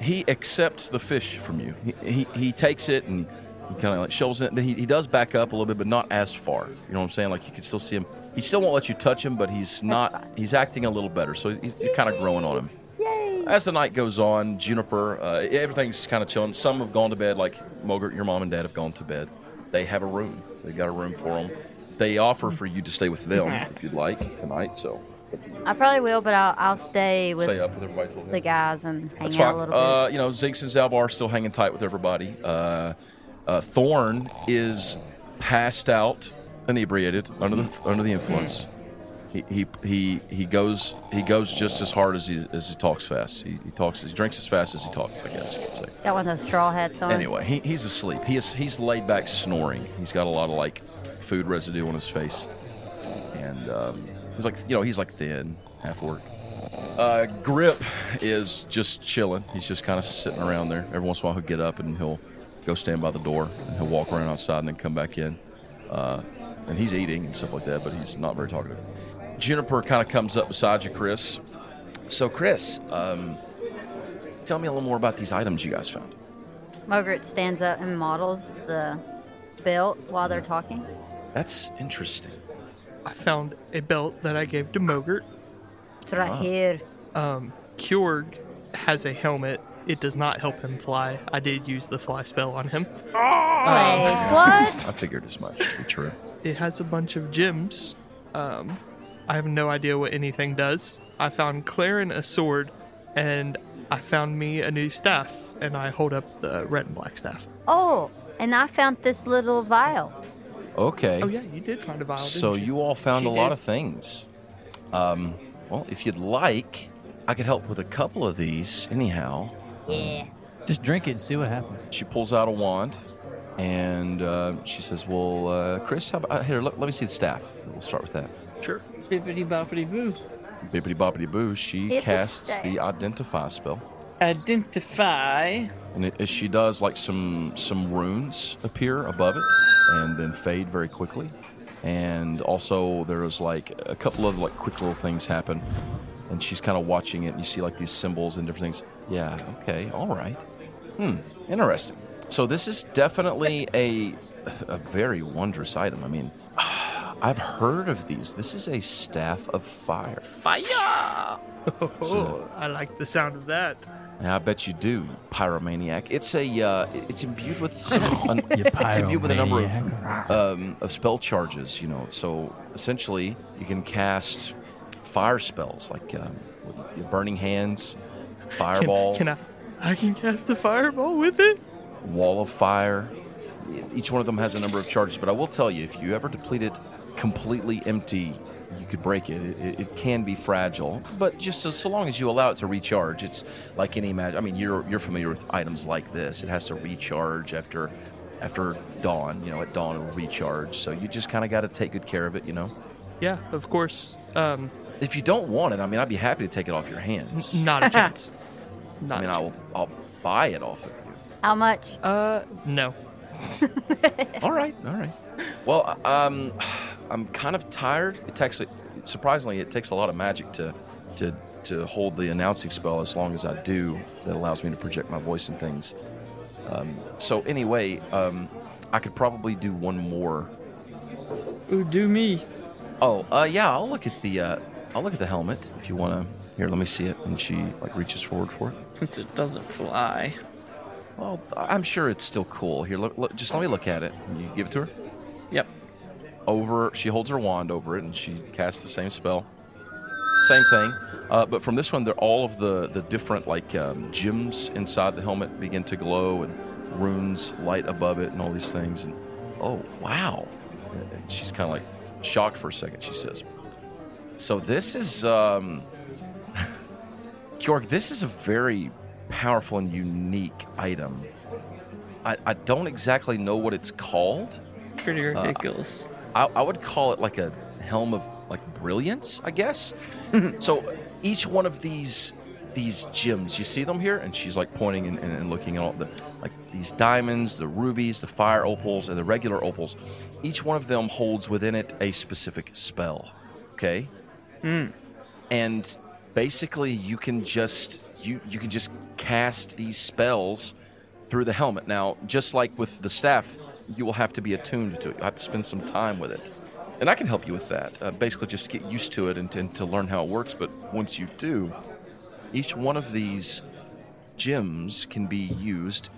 Speaker 4: he accepts the fish from you. He he, he takes it and he kind of like shovels it. Then he, he does back up a little bit, but not as far. You know what I'm saying? Like you can still see him. He still won't let you touch him, but he's not.
Speaker 3: fine.
Speaker 4: He's acting a little better, so he's, you're kind of growing on him.
Speaker 3: Yay.
Speaker 4: As the night goes on, Juniper, uh, everything's kind of chilling. Some have gone to bed, like Mogert, your mom and dad have gone to bed. They have a room. They've got a room for them. They offer
Speaker 3: Hmm.
Speaker 4: for you to stay with them if you'd like tonight. So
Speaker 3: I probably will, but I'll, I'll stay with
Speaker 4: stay up with everybody till
Speaker 3: the
Speaker 4: then.
Speaker 3: guys and hang
Speaker 4: That's
Speaker 3: out
Speaker 4: fine.
Speaker 3: a little bit.
Speaker 4: Uh, you know, Zinks and Zalbar are still hanging tight with everybody. Uh, uh,
Speaker 3: Mm.
Speaker 4: Thorn is passed out, inebriated, under the under the influence. He, he he he goes he goes just as hard as he as he talks fast. He, he talks he drinks as fast as he talks. I guess you could say.
Speaker 3: Got one of those straw hats on.
Speaker 4: Anyway, he, he's asleep. He is he's laid back snoring. He's got a lot of like food residue on his face, and um, he's like you know he's like thin, half orc. Uh, Grip is just chilling. He's just kind of sitting around there. Every once in a while, he'll get up and he'll go stand by the door and he'll walk around outside and then come back in. Uh, and he's eating and stuff like that, but he's not very talkative. Juniper kind of comes up beside you, Chris. So, Chris, um, tell me a little more about these items you guys found.
Speaker 3: Margaret stands up and models the belt while they're talking.
Speaker 4: That's interesting.
Speaker 5: I found a belt that I gave to Mogert.
Speaker 3: It's right here.
Speaker 5: Um, Kjorg has a helmet. It does not help him fly. I did use the fly spell on him.
Speaker 3: Oh.
Speaker 4: Oh.
Speaker 5: Um,
Speaker 3: Wait,
Speaker 4: I
Speaker 3: what?
Speaker 4: figured as much to be true.
Speaker 5: It has a bunch of gems. Um, I have no idea what anything does. I found Clarin a sword, and I found me a new staff, and I hold up the red and black staff.
Speaker 3: Oh, and I found this little vial.
Speaker 4: Okay.
Speaker 5: Oh yeah, you did find a vial. didn't
Speaker 4: So you all found
Speaker 5: She
Speaker 4: a lot
Speaker 5: did.
Speaker 4: of things. Um, well, if you'd like, I could help with a couple of these. Anyhow,
Speaker 3: Yeah.
Speaker 2: Just drink it and see what happens.
Speaker 4: she pulls out a wand, and uh, she says, "Well, uh, Chris, how about, here? Look, let me see the staff. We'll start with that."
Speaker 5: sure.
Speaker 1: Bippity boppity boo.
Speaker 4: Bippity boppity boo. She
Speaker 3: It's a
Speaker 4: casts
Speaker 3: staff.
Speaker 4: the identify spell,
Speaker 1: Identify.
Speaker 4: and it, as she does, like some some runes appear above it, and then fade very quickly. And also, there is like a couple of like quick little things happen, and she's kind of watching it, and you see like these symbols and different things. Yeah. Okay. All right. Hmm. Interesting. So this is definitely a a very wondrous item. I mean, [sighs] I've heard of these. This is a staff of fire.
Speaker 5: Fire!
Speaker 4: So-
Speaker 5: [laughs] Oh, I like the sound of that.
Speaker 4: And I bet you do, you pyromaniac. It's a uh, it's imbued with some
Speaker 2: [laughs]
Speaker 4: un-
Speaker 2: You
Speaker 4: it's imbued with a number
Speaker 2: pyromaniac.
Speaker 4: of um, of spell charges. You know, so essentially you can cast fire spells like um, with your burning hands,
Speaker 5: Can,
Speaker 4: fireball,
Speaker 5: can I? I can cast a fireball with it.
Speaker 4: wall of fire. Each one of them has a number of charges, but I will tell you, if you ever deplete it completely empty, you could break it. It, it, it can be fragile, but just as, so long as you allow it to recharge, it's like any magic. I mean, you're you're familiar with items like this. It has to recharge after after dawn. You know, at dawn it'll recharge. So you just kind of got to take good care of it. You know,
Speaker 5: Yeah, of course. Um,
Speaker 4: if you don't want it, I mean, I'd be happy to take it off your hands.
Speaker 5: not
Speaker 1: [laughs]
Speaker 5: a chance. Not
Speaker 4: I mean,
Speaker 5: a
Speaker 4: I'll I'll buy it off of you.
Speaker 3: How much?
Speaker 5: chance. Uh, no.
Speaker 4: All right, all right. Well, um, I'm kind of tired. It takes surprisingly, it takes a lot of magic to to to hold the announcing spell as long as I do. That allows me to project my voice and things. Um, so anyway, um, I could probably do one more.
Speaker 1: Ooh, do me.
Speaker 4: Oh, uh, yeah, I'll look at the uh, I'll look at the helmet if you want to. Here, let me see it. And she like reaches forward for it.
Speaker 1: Since it doesn't fly.
Speaker 4: Well, I'm sure it's still cool. Here, look, look, just let me look at it. And you give it to her.
Speaker 1: Yep.
Speaker 4: over she holds her wand over it and she casts the same spell same thing uh, but from this one they're all of the the different like um, gems inside the helmet begin to glow and runes light above it and all these things and oh wow and she's kind of like shocked for a second she says so this is um Georg, this is a very powerful and unique item I, I don't exactly know what it's called
Speaker 1: Pretty ridiculous.
Speaker 4: I, I would call it like a helm of like brilliance, I guess. so each one of these these gems, you see them here, and she's like pointing and, and, and looking at all the like these diamonds, the rubies, the fire opals, and the regular opals. Each one of them holds within it a specific spell. Okay, and basically you can just you you can just cast these spells through the helmet. Now, just like with the staff, you will have to be attuned to it. You'll have to spend some time with it. And I can help you with that. Uh, basically, just get used to it and, and to learn how it works. But once you do, each one of these gems can be used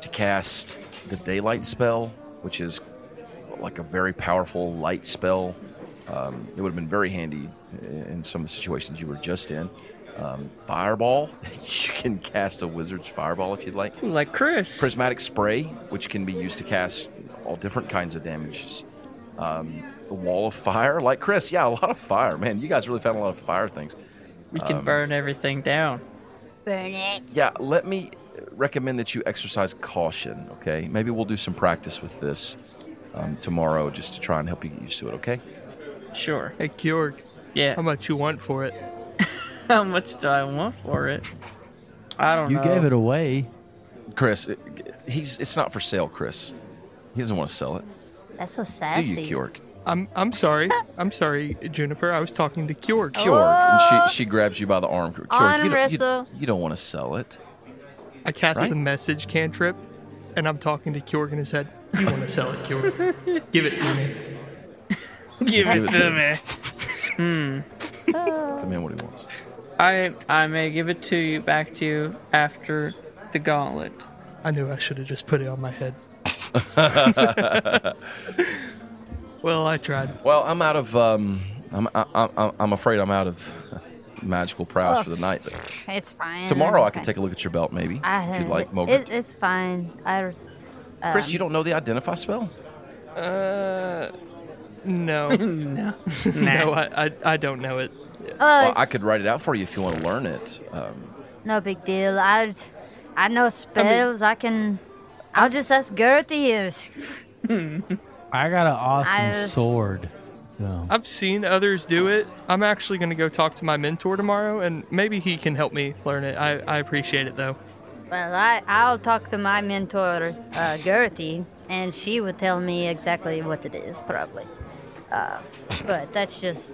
Speaker 4: to cast the daylight spell, which is like a very powerful light spell. Um, it would have been very handy in some of the situations you were just in. Um, fireball, [laughs] you can cast a wizard's fireball if you'd like.
Speaker 1: Ooh, like Chris.
Speaker 4: Prismatic spray, which can be used to cast all different kinds of damages. Um, a wall of fire, like Chris. Yeah, a lot of fire. Man, you guys really found a lot of fire things.
Speaker 1: We can burn everything down.
Speaker 3: Burn it.
Speaker 4: Yeah, let me recommend that you exercise caution, okay? Maybe we'll do some practice with this um, tomorrow just to try and help you get used to it, okay?
Speaker 1: Sure.
Speaker 5: Hey, Georg,
Speaker 1: Yeah. [laughs]
Speaker 5: how much you want for it?
Speaker 1: How much do I want for it? I don't
Speaker 2: You
Speaker 1: know.
Speaker 2: gave it away.
Speaker 4: Chris, it, he's it's not for sale, Chris. He doesn't want to sell it.
Speaker 3: That's so
Speaker 4: Do
Speaker 3: sassy.
Speaker 4: you, Kjork?
Speaker 5: I'm I'm sorry. I'm sorry, Juniper. I was talking to Georg.
Speaker 1: Oh.
Speaker 4: Kjork. And she, she grabs you by the arm. Kjork,
Speaker 3: On
Speaker 4: you, don't, you-
Speaker 3: wrestle.
Speaker 4: you don't want to sell it.
Speaker 5: I cast
Speaker 4: Right?
Speaker 5: the message cantrip, and I'm talking to Kjorg in his head. You want to sell it,
Speaker 1: [laughs]
Speaker 5: Kjorg? Give it to me.
Speaker 1: Give
Speaker 4: Give
Speaker 1: it
Speaker 4: it
Speaker 1: to
Speaker 4: to
Speaker 1: me.
Speaker 4: The man what he wants.
Speaker 1: I I may give it to you back to you after the gauntlet.
Speaker 5: I knew I should have just put it on my head.
Speaker 4: [laughs]
Speaker 5: well, I tried.
Speaker 4: Well, I'm out of. Um, I'm, I, I, I'm afraid I'm out of magical prowess for the night. But
Speaker 3: It's fine.
Speaker 4: tomorrow I
Speaker 3: It's
Speaker 4: can
Speaker 3: fine.
Speaker 4: take a look at your belt, maybe,
Speaker 3: I-
Speaker 4: if you'd like, Mogul.
Speaker 3: it, uh, It's fine. I,
Speaker 4: Chris, you don't know the identify spell?
Speaker 5: No, [laughs] no,
Speaker 1: No.
Speaker 5: I, I I don't know it.
Speaker 3: oh,
Speaker 4: Well, I
Speaker 3: it's
Speaker 4: could write it out for you if you want to learn it. Um,
Speaker 3: No big deal. I, I know spells. I, can. I'll just ask Gertie. if-
Speaker 2: I got an awesome
Speaker 3: I was-
Speaker 2: sword. So
Speaker 5: I've seen others do it. I'm actually going to go talk to my mentor tomorrow, and maybe he can help me learn it. I, I appreciate it though.
Speaker 3: Well, I, I'll talk to my mentor, uh, Gertie, and she would tell me exactly what it is, probably. Uh, but that's
Speaker 2: [laughs]
Speaker 3: just.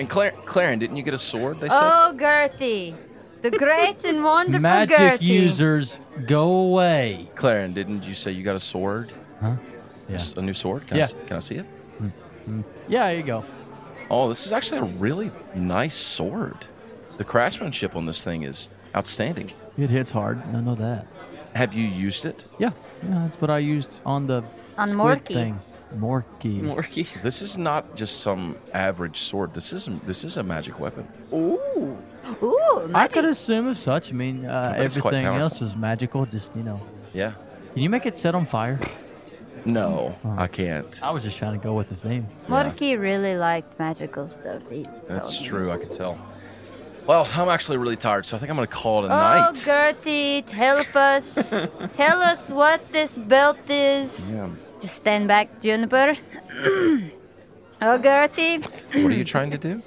Speaker 4: and Clar- Claren, didn't you get a sword? They said.
Speaker 3: Oh, Gertie! The great and wonderful
Speaker 2: magic
Speaker 3: Gertie.
Speaker 2: users go away.
Speaker 4: Claren, didn't you say you got a sword?
Speaker 2: Huh? Yeah.
Speaker 4: S- A new sword? Can, I
Speaker 2: Yeah.
Speaker 4: s- can I see it?
Speaker 2: Yeah, there you go.
Speaker 4: Oh, this is actually a really nice sword. The craftsmanship on this thing is outstanding.
Speaker 2: It hits hard. I know that.
Speaker 4: Have you used it?
Speaker 2: Yeah, yeah that's what I used on the
Speaker 3: On Morky.
Speaker 2: squid thing. Morky.
Speaker 1: Morky. [laughs]
Speaker 4: This is not just some average sword. This is this is a magic weapon.
Speaker 1: Ooh.
Speaker 3: Ooh,
Speaker 2: I
Speaker 3: magic.
Speaker 2: could assume as such. I mean, uh,
Speaker 4: bet it's quite
Speaker 2: everything else
Speaker 4: powerful.
Speaker 2: was magical. Just you know,
Speaker 4: Yeah.
Speaker 2: can you make it set on fire?
Speaker 4: No, I can't.
Speaker 2: I was just trying to go with the [laughs] theme.
Speaker 3: Morky really liked magical stuff. He
Speaker 4: That's
Speaker 3: told me.
Speaker 4: true. I can tell. Well, I'm actually really tired, so I think I'm going to call it a
Speaker 3: Oh,
Speaker 4: night.
Speaker 3: Gertie, help
Speaker 2: [laughs]
Speaker 3: us. Tell us what this belt is.
Speaker 4: Yeah.
Speaker 3: Just stand back, Juniper. [clears throat] oh, Gertie.
Speaker 4: What are you trying to do?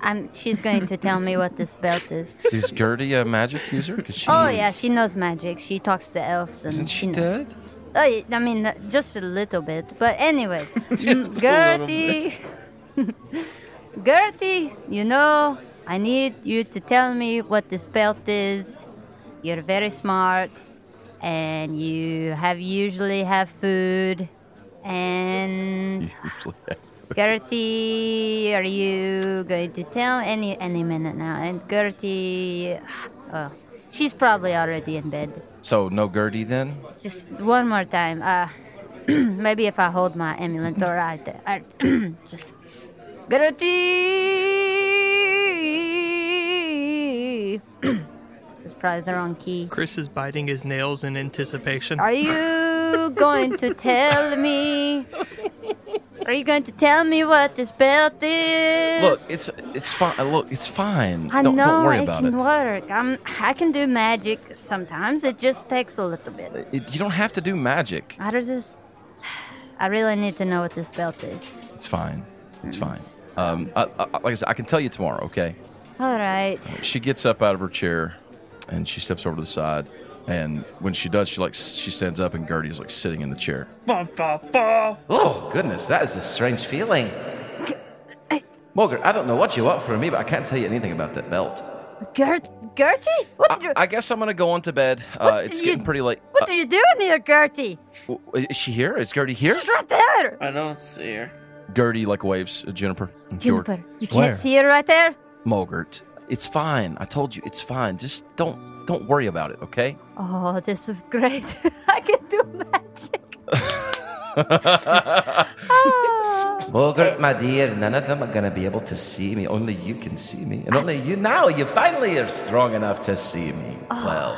Speaker 3: I'm, she's going to tell me what this belt is.
Speaker 4: Is Gertie a magic user? 'Cause she,
Speaker 3: Oh, yeah, she knows magic. She talks to elves. And
Speaker 4: Isn't she
Speaker 3: knows.
Speaker 4: dead?
Speaker 3: Oh, yeah, I mean, uh, just a little bit. But,
Speaker 4: [laughs]
Speaker 3: anyways,
Speaker 1: little
Speaker 3: mm, Gertie. [laughs] Gertie, you know, I need you to tell me what this belt is. You're very smart, and you have usually have food. And
Speaker 4: Usually.
Speaker 3: Gertie, are you going to tell any any minute now? And Gertie, oh, she's probably already in bed.
Speaker 4: So no Gertie then?
Speaker 3: Just one more time. Uh, [clears throat] maybe if I hold my amulet, or I, I [clears throat] just Gertie. [clears throat] It's probably the wrong key.
Speaker 5: Chris is biting his nails in anticipation.
Speaker 3: Are you going to tell me? Are you going to tell me what this belt is?
Speaker 4: Look, it's it's fine. Look, it's fine.
Speaker 3: I
Speaker 4: don't,
Speaker 3: know
Speaker 4: don't worry
Speaker 3: it
Speaker 4: about
Speaker 3: can
Speaker 4: it.
Speaker 3: work. I'm, I can do magic sometimes. It just takes a little bit.
Speaker 4: It- You don't have to do magic.
Speaker 3: I don't just. [sighs] I really need to know what this belt is.
Speaker 4: It's fine. It's fine. Um, I, I, like I said, I can tell you tomorrow. Okay.
Speaker 3: All right.
Speaker 4: She gets up out of her chair, and she steps over to the side. And when she does, she like s- she stands up, and Gertie's like sitting in the chair.
Speaker 1: Ba, ba, ba.
Speaker 4: Oh goodness, that is a strange feeling. Margaret, I don't know what you want from me, but I can't tell you anything about that belt.
Speaker 3: Gert, Gertie? What did
Speaker 4: I,
Speaker 3: you.
Speaker 4: I uh, guess I'm gonna go on to bed. Uh,
Speaker 3: did
Speaker 4: it's
Speaker 3: you-
Speaker 4: getting pretty late.
Speaker 3: what are you doing here, Gertie?
Speaker 4: Uh, w- is she here? Is Gertie here?
Speaker 3: She's right there.
Speaker 1: I don't see her.
Speaker 4: Gertie like waves at Juniper. and Fjord.
Speaker 3: Juniper, you can't
Speaker 2: Where?
Speaker 3: see her right there?
Speaker 4: Mogert, it's fine. I told you, it's fine. Just don't don't worry about it, okay?
Speaker 3: Oh, this is great. [laughs] I can do magic. Ah.
Speaker 4: Mogert, my dear, none of them are gonna be able to see me. Only you can see me, and only you now. You finally are strong enough to see me. Well,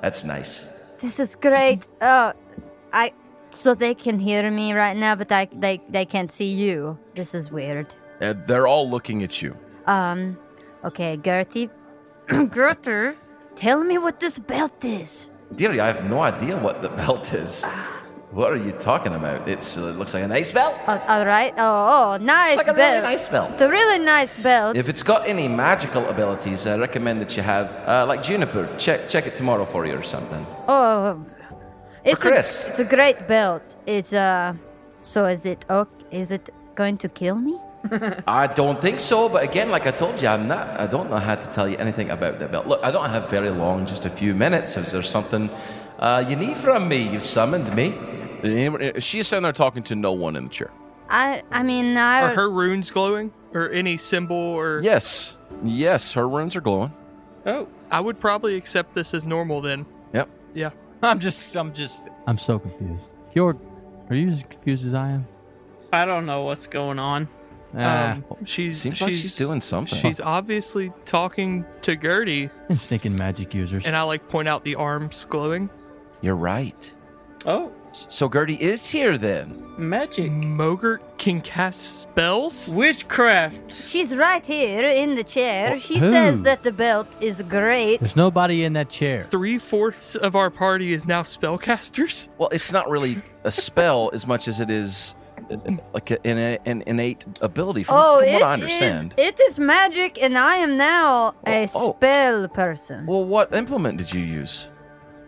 Speaker 4: that's nice. [laughs]
Speaker 3: This is great. Oh, I So they can hear me right now, but I, they they can't see you. This is weird.
Speaker 4: And they're all looking at you.
Speaker 3: Um, okay, Gertie, [clears throat] Gertrude, tell me what this belt is.
Speaker 6: Dearie, I have no idea what the belt is. What are you talking about? It's, uh, it looks like an ice belt.
Speaker 3: Uh, all right. Oh, oh, nice
Speaker 6: it's like a
Speaker 3: belt.
Speaker 6: really nice belt.
Speaker 3: It's a really nice belt.
Speaker 6: If it's got any magical abilities, I recommend that you have, uh, like Juniper, check check it tomorrow for you or something.
Speaker 3: oh, it's a,
Speaker 6: Chris.
Speaker 3: it's a great belt. It's uh, so is it? Oh, is it going to kill me?
Speaker 6: I don't think so, but again, like I told you, I'm not. I don't know how to tell you anything about that belt. Look, I don't have very long, just a few minutes. Is there something uh, you need from me? You summoned me.
Speaker 4: Anyone- uh, She's sitting there talking to no one in the chair.
Speaker 3: I I mean
Speaker 5: Are
Speaker 3: I
Speaker 5: her runes glowing or any symbol or?
Speaker 4: Yes. Yes, her runes are glowing.
Speaker 1: Oh,
Speaker 5: I would probably accept this as normal then.
Speaker 4: Yep.
Speaker 5: Yeah.
Speaker 1: I'm just, I'm just,
Speaker 2: I'm so confused. You're, are you as confused as I am?
Speaker 1: I don't know what's going on.
Speaker 2: [laughs] Ah,
Speaker 5: Um, she's
Speaker 4: Seems
Speaker 5: she's,
Speaker 4: like she's doing something.
Speaker 5: She's obviously talking to Gertie,
Speaker 2: stinking magic users.
Speaker 5: and I like point out the arms glowing.
Speaker 6: You're right.
Speaker 1: Oh,
Speaker 6: So Gertie is here then.
Speaker 1: magic,
Speaker 5: Mogert can cast spells.
Speaker 1: witchcraft.
Speaker 3: she's right here in the chair.
Speaker 2: Wh-
Speaker 3: she
Speaker 2: who?
Speaker 3: says that the belt is great.
Speaker 4: [laughs]
Speaker 2: There's nobody in that chair.
Speaker 5: Three fourths of our party is now spellcasters.
Speaker 4: Well, it's not really a spell as much as it is uh, like a, an, an innate ability from,
Speaker 3: oh,
Speaker 4: from
Speaker 3: it
Speaker 4: what I
Speaker 3: is-
Speaker 4: understand.
Speaker 3: it is magic, and I am now a
Speaker 4: Oh, oh.
Speaker 3: spell person.
Speaker 4: Well, what implement did you use?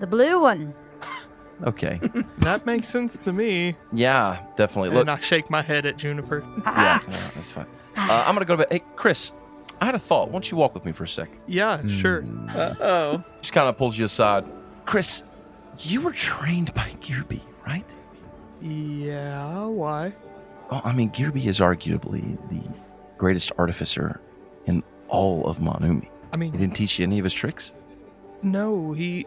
Speaker 3: The blue one. [laughs]
Speaker 4: Okay.
Speaker 5: That makes sense to me.
Speaker 4: yeah, definitely.
Speaker 5: And
Speaker 4: Look,
Speaker 5: I shake my head at Juniper.
Speaker 4: yeah, yeah, that's fine. Uh, I'm going to go to bed. Hey, Chris, I had a thought. Why don't you walk with me for a sec?
Speaker 5: Yeah, sure.
Speaker 1: Uh oh.
Speaker 4: She kind of pulls you aside. Chris, you were trained by Gearby, right?
Speaker 5: Yeah, why?
Speaker 4: Well, I mean, Gearby is arguably the greatest artificer in all of Monumi.
Speaker 5: I
Speaker 4: He
Speaker 5: mean,
Speaker 4: didn't teach you any of his tricks?
Speaker 5: no, he.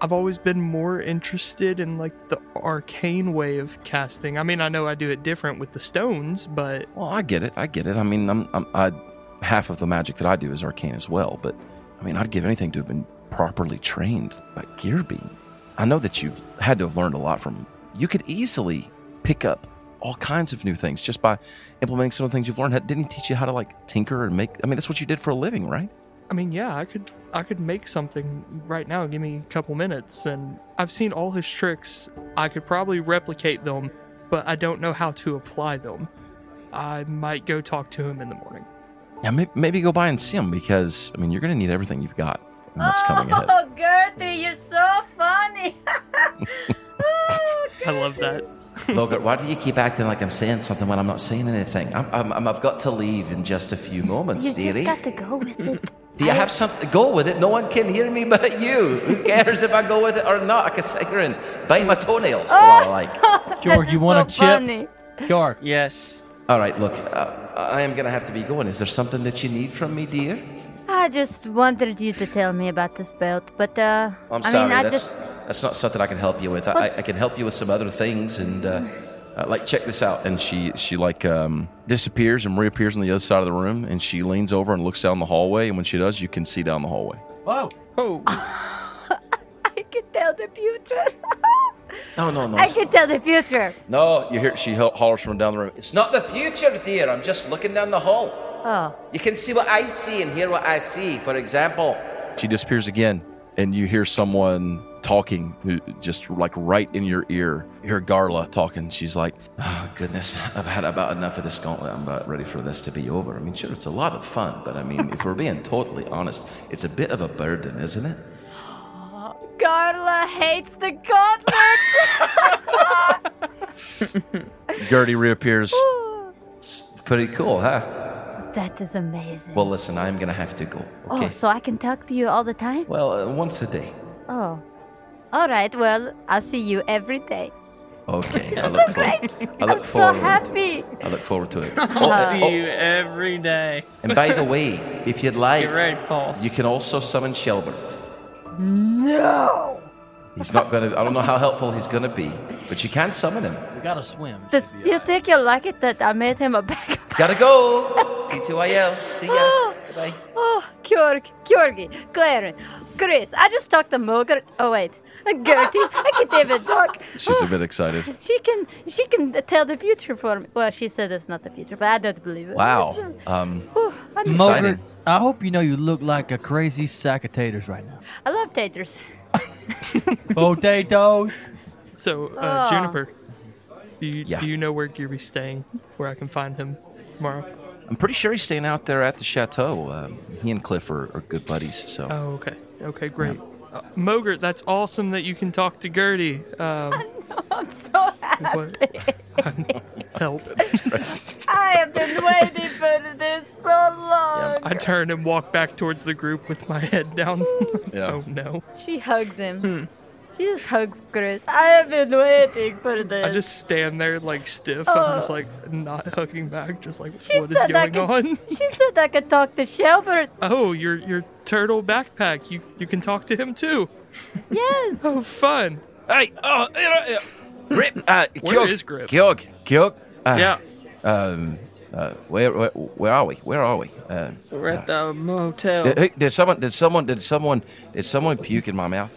Speaker 5: I've always been more interested in like the arcane way of casting. I mean, I know I do it different with the stones, but
Speaker 4: Well, I get it. I get it. I mean, I'm, I'm I half of the magic that I do is arcane as well. But I mean, I'd give anything to have been properly trained by Gearby. I know that you've had to have learned a lot from him. You could easily pick up all kinds of new things just by implementing some of the things you've learned. Didn't he teach you how to like tinker and make? I mean, that's what you did for a living, right?
Speaker 5: I mean, yeah, I could I could make something right now. Give me a couple minutes, and I've seen all his tricks. I could probably replicate them, but I don't know how to apply them. I might go talk to him in the morning.
Speaker 4: Yeah, maybe, maybe go by and see him because I mean, you're going to need everything you've got in what's coming ahead.
Speaker 3: Oh, Gertrude, you're so funny. [laughs] Oh,
Speaker 5: I love that.
Speaker 6: Logart, why do you keep acting like I'm saying something when I'm not saying anything? I'm, I'm, I'm, I've got to leave in just a few moments,
Speaker 3: you
Speaker 6: dearie.
Speaker 3: just got to go with it.
Speaker 6: [clears throat] Do you have something? Go with it. No one can hear me but you. Who cares if I go with it or not? I can sit here and bite my toenails. for all I like.
Speaker 3: Oh.
Speaker 2: George, you
Speaker 3: is
Speaker 2: want
Speaker 3: so
Speaker 2: a chip?
Speaker 3: funny.
Speaker 2: George,
Speaker 1: Yes.
Speaker 6: All right, look, uh, I am going to have to be going. Is there something that you need from me, dear?
Speaker 3: I just wanted you to tell me about this belt, but uh,
Speaker 6: I'm
Speaker 3: I
Speaker 6: sorry.
Speaker 3: mean, I
Speaker 6: that's,
Speaker 3: just
Speaker 6: that's not something I can help you with. I, I, I can help you with some other things. And, uh, uh, like, check this out.
Speaker 4: and she she like um, disappears and reappears on the other side of the room and she leans over and looks down the hallway and when she does you can see down the hallway
Speaker 1: Oh,
Speaker 3: [laughs] I could tell the future.
Speaker 6: No, no, no.
Speaker 3: [laughs] I could tell the future.
Speaker 4: no you hear she ho- hollers from down the room
Speaker 6: It's not the future, dear. I'm just looking down the hall.
Speaker 3: Oh,
Speaker 6: You can see what I see and hear what I see, for example.
Speaker 4: she disappears again and you hear someone talking who just like right in your ear you hear garla talking she's like
Speaker 6: Oh, goodness. I've had about enough of this gauntlet. I'm about ready for this to be over. I mean, sure, it's a lot of fun, but I mean, if we're [laughs] being totally honest, it's a bit of a burden, isn't it?
Speaker 3: Carla hates the gauntlet.
Speaker 4: gertie reappears
Speaker 6: It's pretty cool, huh?
Speaker 3: [laughs] that is amazing.
Speaker 6: Well, listen, I'm going to have to go. Okay.
Speaker 3: oh, so I can talk to you all the time.
Speaker 6: Well, uh, once a day.
Speaker 3: Oh, all right. Well, I'll see you every day.
Speaker 6: Okay. I
Speaker 3: This is [laughs]
Speaker 6: look
Speaker 3: so
Speaker 6: forward-
Speaker 3: great.
Speaker 6: [laughs] I look
Speaker 3: I'm so
Speaker 6: forward to it.
Speaker 3: happy.
Speaker 6: I look forward to it.
Speaker 1: I'll see
Speaker 6: oh.
Speaker 1: you every day.
Speaker 6: And by the way, if you'd like,
Speaker 1: Get ready, Paul.
Speaker 6: you can also summon Shelbert.
Speaker 3: No.
Speaker 6: He's not going to, I don't know how helpful he's going to be, but you can summon him.
Speaker 2: we gotta swim.
Speaker 3: Does, do you think you'll like it that I made him a backup?
Speaker 6: Gotta go. T2IL. See ya.
Speaker 3: Oh,
Speaker 4: Goodbye.
Speaker 3: Oh, Georg, Georgi, Claren, Chris. I just talked to Mogert. Oh wait, Gertie. uh, I can't even talk.
Speaker 7: She's a
Speaker 3: Oh,
Speaker 7: bit excited.
Speaker 3: She can. She can tell the future for me. Well, she said it's not the future, but I don't believe it.
Speaker 4: Wow. Um,
Speaker 3: Oh, I, mean,
Speaker 4: exciting.
Speaker 2: Mogert, I hope you know you look like a crazy sack of taters right now. [laughs]
Speaker 3: I love taters.
Speaker 2: Potatoes.
Speaker 5: So, uh,
Speaker 3: Oh.
Speaker 5: Juniper, do you,
Speaker 4: Yeah.
Speaker 5: do you know where Gearby's staying? Where I can find him tomorrow?
Speaker 4: I'm pretty sure he's staying out there at the chateau. Um, he and Cliff are, are good buddies, so
Speaker 5: Oh, okay. Okay, great. Uh, Mogert, that's awesome that you can talk to Gertie. Um,
Speaker 3: I'm [laughs] so happy.
Speaker 5: what? [laughs] Help.
Speaker 3: I have been waiting for this so long.
Speaker 5: I turn and walk back towards the group with my head down.
Speaker 7: Yeah.
Speaker 5: [laughs] oh, no.
Speaker 3: She hugs him.
Speaker 5: Hmm.
Speaker 3: She just hugs Chris. I have been waiting for this.
Speaker 5: I just stand there, like, stiff. I'm just, like, not hugging back. Just like,
Speaker 3: Oh. She
Speaker 5: what is
Speaker 3: said I
Speaker 5: going on?
Speaker 3: could-
Speaker 5: [laughs]
Speaker 3: She said I could talk to Shelbert.
Speaker 5: Oh, your your turtle backpack. You you can talk to him too.
Speaker 3: Yes.
Speaker 5: Oh, fun.
Speaker 4: Hey, oh, uh, Rip, uh,
Speaker 5: Where
Speaker 4: Georg,
Speaker 5: is Grip?
Speaker 4: Georg, Georg. Uh,
Speaker 5: Yeah.
Speaker 4: Um, uh, where, where, where are we? Where are we? Uh,
Speaker 1: We're at the motel.
Speaker 5: Oh.
Speaker 4: uh, hey, did someone? Did someone? Did someone? Did someone puke in my mouth?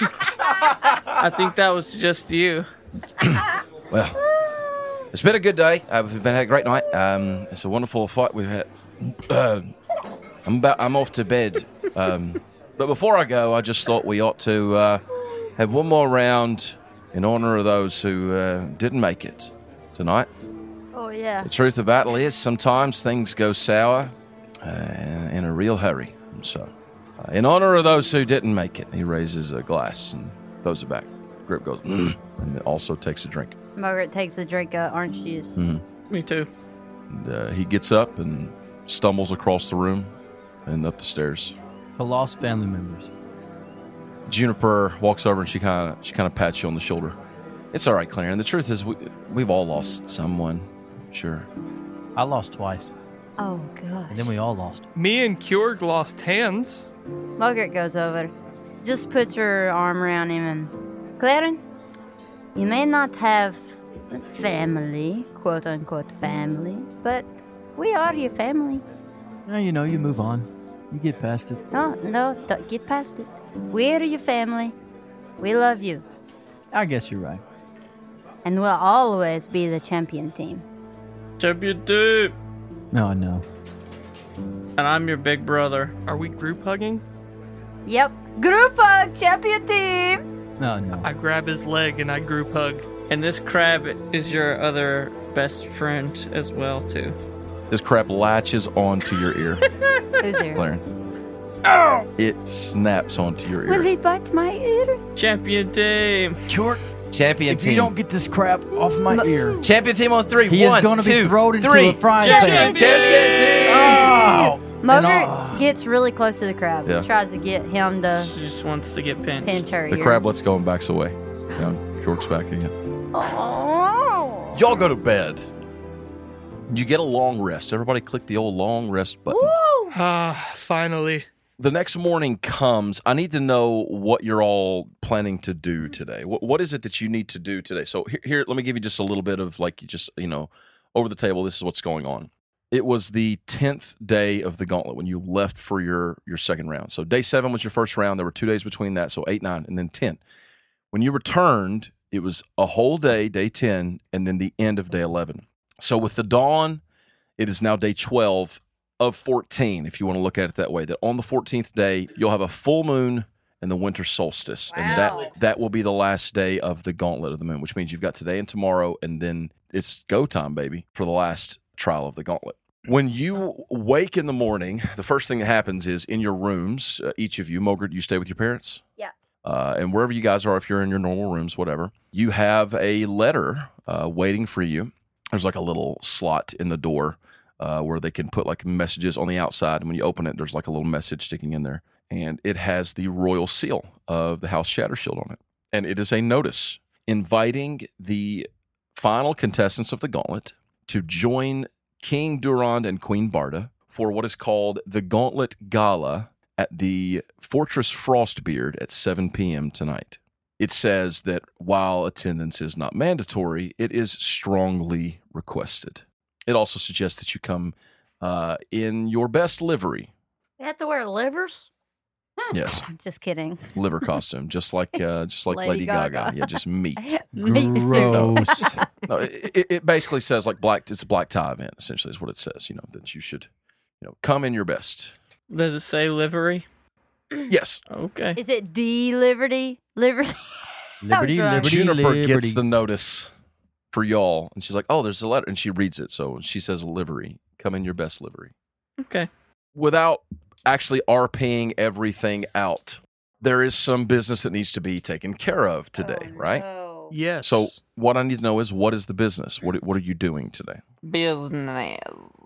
Speaker 1: I think that was just you.
Speaker 4: Well, it's been a good day. Uh, we've been had a great night. Um, it's a wonderful fight we've had. Uh, I'm about. I'm off to bed. Um, but before I go, I just thought we ought to uh, have one more round in honor of those who uh, didn't make it tonight.
Speaker 3: Oh yeah.
Speaker 4: The truth of the battle is sometimes things go sour uh, in a real hurry. And So, uh, in honor of those who didn't make it, he raises a glass and throws it back. Grip goes, [clears throat] mm, and also takes a drink.
Speaker 3: Margaret takes a drink of orange juice.
Speaker 1: Me too.
Speaker 4: And, uh, he gets up and stumbles across the room and up the stairs.
Speaker 2: The lost family members.
Speaker 4: Juniper walks over and she kind of she kind of pats you on the shoulder. It's all right, Clarence. The truth is, we, we've all lost someone. Sure.
Speaker 2: I lost twice,
Speaker 3: Oh
Speaker 2: and
Speaker 3: gosh.
Speaker 2: then we all lost.
Speaker 5: Me and Kjorg lost hands.
Speaker 3: Margaret goes over. Just puts her arm around him and Claren, you may not have family, quote unquote family, but we are your family.
Speaker 2: Yeah, you know, you move on. You get past it.
Speaker 3: No, no, don't get past it. We're your family. We love you.
Speaker 2: I guess you're right.
Speaker 3: And we'll always be the champion team.
Speaker 1: Chub you do.
Speaker 2: No, I know.
Speaker 1: And I'm your big brother.
Speaker 5: Are we group hugging?
Speaker 3: Yep. Group hug, champion team.
Speaker 2: No, no.
Speaker 5: I grab his leg and I group hug.
Speaker 1: And this crab is your other best friend as well too.
Speaker 4: This crap latches onto your ear,
Speaker 2: [laughs]
Speaker 3: Who's here?
Speaker 4: Clarence. It snaps onto your ear.
Speaker 3: Will he bite my ear?
Speaker 1: Champion team. [laughs]
Speaker 2: York,
Speaker 4: Champion
Speaker 2: if
Speaker 4: team.
Speaker 2: you don't get this crap off my ear,
Speaker 4: Champion team on three.
Speaker 2: he
Speaker 4: One,
Speaker 2: is going to
Speaker 4: two,
Speaker 2: be thrown into
Speaker 4: three.
Speaker 2: a frying
Speaker 1: Champion
Speaker 2: pan.
Speaker 4: Champion team.
Speaker 2: Ow! And
Speaker 3: Mugger
Speaker 2: I'll-
Speaker 3: gets really close to the crab.
Speaker 4: uh, Yeah.
Speaker 3: He tries to get him to
Speaker 1: She just wants to get pinched.
Speaker 3: pinch her
Speaker 4: The
Speaker 3: ear.
Speaker 4: crab lets go and backs away. Yeah, York's back again.
Speaker 3: Oh.
Speaker 4: Y'all go to bed. You get a long rest. Everybody click the old long rest button.
Speaker 5: Ah, finally.
Speaker 4: The next morning comes. I need to know what you're all planning to do today. What, what is it that you need to do today? So here, here, let me give you just a little bit of like, you just you know, over the table. This is what's going on. It was the tenth day of the gauntlet when you left for your your second round. So day seven was your first round. There were two days between that, so eight, nine, and then ten. When you returned, it was a whole day, day ten, and then the end of day eleven. So with the dawn, it is now day twelve of 14, if you want to look at it that way, that on the 14th day, you'll have a full moon and the winter solstice. And
Speaker 3: Wow.
Speaker 4: that, that will be the last day of the gauntlet of the moon, which means you've got today and tomorrow, and then it's go time, baby, for the last trial of the gauntlet. When you wake in the morning, the first thing that happens is in your rooms, uh, each of you, Mogert, you stay with your parents?
Speaker 3: Yeah.
Speaker 4: Uh, and wherever you guys are, if you're in your normal rooms, whatever, you have a letter uh, waiting for you. There's like a little slot in the door uh, where they can put like messages on the outside. And when you open it, there's like a little message sticking in there. And it has the royal seal of the House Shattershield on it. And it is a notice inviting the final contestants of the gauntlet to join King Durand and Queen Barda for what is called the Gauntlet Gala at the Fortress Frostbeard at 7 p.m. tonight. It says that while attendance is not mandatory, it is strongly requested. It also suggests that you come uh, in your best livery.
Speaker 8: They have to wear livers?
Speaker 4: Yes,
Speaker 3: Just kidding.
Speaker 4: liver costume, just like uh, just like Lady,
Speaker 3: Lady
Speaker 4: Gaga.
Speaker 3: Gaga.
Speaker 4: Yeah,
Speaker 3: [laughs]
Speaker 4: just meat.
Speaker 3: [laughs] Amazing. [laughs]
Speaker 2: Gross.
Speaker 4: No, it, it- it basically says like black. It's a black tie event. Essentially, is what it says. You know that you should, you know, come in your best.
Speaker 1: Does it say livery?
Speaker 4: Yes,
Speaker 1: Okay.
Speaker 3: Is it D Liberty? Liberty?
Speaker 2: liberty,
Speaker 3: drunk.
Speaker 2: liberty,
Speaker 4: Juniper
Speaker 2: liberty.
Speaker 4: gets the notice for y'all, and she's like, "Oh, there's a letter," and she reads it. So she says, "Livery, come in your best livery."
Speaker 1: Okay.
Speaker 4: Without actually RPing everything out, there is some business that needs to be taken care of today,
Speaker 3: Oh,
Speaker 4: right?
Speaker 5: Yes.
Speaker 4: So what I need to know is what is the business? What what are you doing today?
Speaker 1: Business.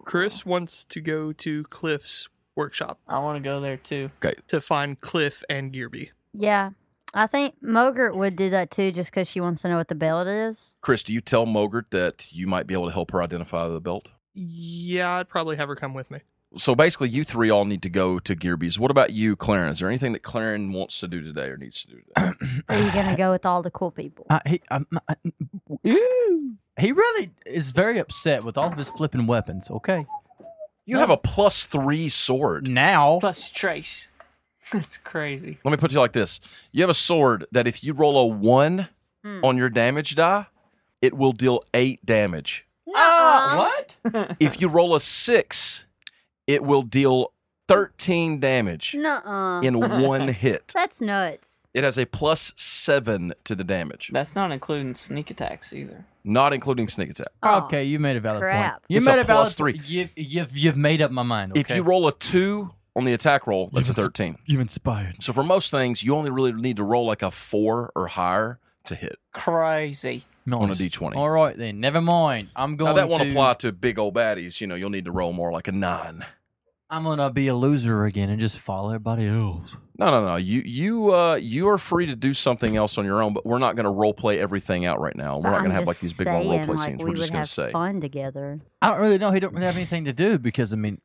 Speaker 5: Chris wants to go to Cliff's workshop
Speaker 1: I want to go there too.
Speaker 5: to find Cliff and Gearby.
Speaker 3: Yeah. I think Mogert would do that too just because she wants to know what the belt is.
Speaker 4: Chris, do you tell Mogert that you might be able to help her identify the belt?
Speaker 5: Yeah, I'd probably have her come with me.
Speaker 4: So basically, you three all need to go to Gearby's. What about you, Clarence? Is there anything that Clarence wants to do today or needs to do today?
Speaker 3: Are you going to go with all the cool people?
Speaker 2: Uh, he, um, uh, ew. he really is very upset with all of his flipping weapons. Okay,
Speaker 4: You have a plus three
Speaker 2: Mm.
Speaker 4: sword.
Speaker 2: now
Speaker 1: Plus Trace. [laughs] That's crazy.
Speaker 4: Let me put it like this: You have a sword that if you roll a one on your damage die, it will deal eight damage.
Speaker 3: Um, uh,
Speaker 2: what?
Speaker 4: if you roll a six, it will deal thirteen damage
Speaker 3: Nuh uh.
Speaker 4: in one hit.
Speaker 3: That's nuts.
Speaker 4: It has a plus seven to the damage,
Speaker 1: That's not including sneak attacks either.
Speaker 4: not including sneak attack.
Speaker 3: Aw.
Speaker 2: okay, you made a valid
Speaker 3: Oh, crap.
Speaker 2: point. You
Speaker 4: It's
Speaker 2: made
Speaker 4: a
Speaker 2: a, valid
Speaker 4: plus three.
Speaker 2: You've, you've you've made up my mind.
Speaker 4: If you roll a two on the attack roll, that's a thirteen.
Speaker 2: you inspired.
Speaker 4: So for most things, you only really need to roll like a four or higher to hit.
Speaker 1: Crazy.
Speaker 4: On a D20.
Speaker 2: All right then. Never mind. I'm going.
Speaker 4: Now that won't
Speaker 2: to-
Speaker 4: apply to big old baddies. You know, you'll need to roll more like a nine.
Speaker 2: I'm gonna be a loser again and just follow everybody else.
Speaker 4: No, no, no. You you uh you are free to do something else on your own, but we're not going to role play everything out right now. We're
Speaker 3: But
Speaker 4: not going
Speaker 3: I'm
Speaker 4: to have like
Speaker 3: just
Speaker 4: these big long role
Speaker 3: saying,
Speaker 4: play
Speaker 3: like,
Speaker 4: scenes.
Speaker 3: We
Speaker 4: We're just
Speaker 3: would
Speaker 4: going
Speaker 3: have
Speaker 4: to say
Speaker 3: fun [laughs] together.
Speaker 2: I don't really know. He don't really have anything to do because I mean,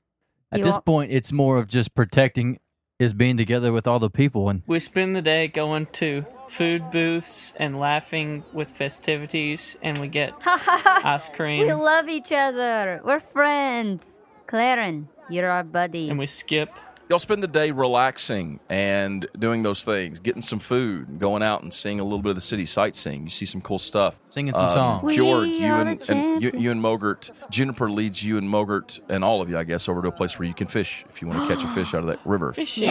Speaker 2: at
Speaker 3: You
Speaker 2: this
Speaker 3: all-
Speaker 2: point, it's more of just protecting his being together with all the people and
Speaker 1: We spend the day going to food booths and laughing with festivities, and we get
Speaker 3: [laughs]
Speaker 1: ice
Speaker 3: We
Speaker 1: cream,
Speaker 3: love each other. We're friends. Claren, you're our buddy.
Speaker 1: and we skip.
Speaker 4: y'all spend the day relaxing and doing those things, getting some food, and going out and seeing a little bit of the city, sightseeing. You see some cool stuff.
Speaker 2: singing some
Speaker 4: Um,
Speaker 2: songs.
Speaker 3: We
Speaker 4: Kjord, you
Speaker 3: are
Speaker 4: and,
Speaker 3: the
Speaker 4: and you,
Speaker 3: champions.
Speaker 4: you and Mogert, Juniper leads you and Mogert and all of you, I guess, over to a place where you can fish if you want to catch a
Speaker 3: [gasps]
Speaker 4: fish out of that river.
Speaker 1: Fishing.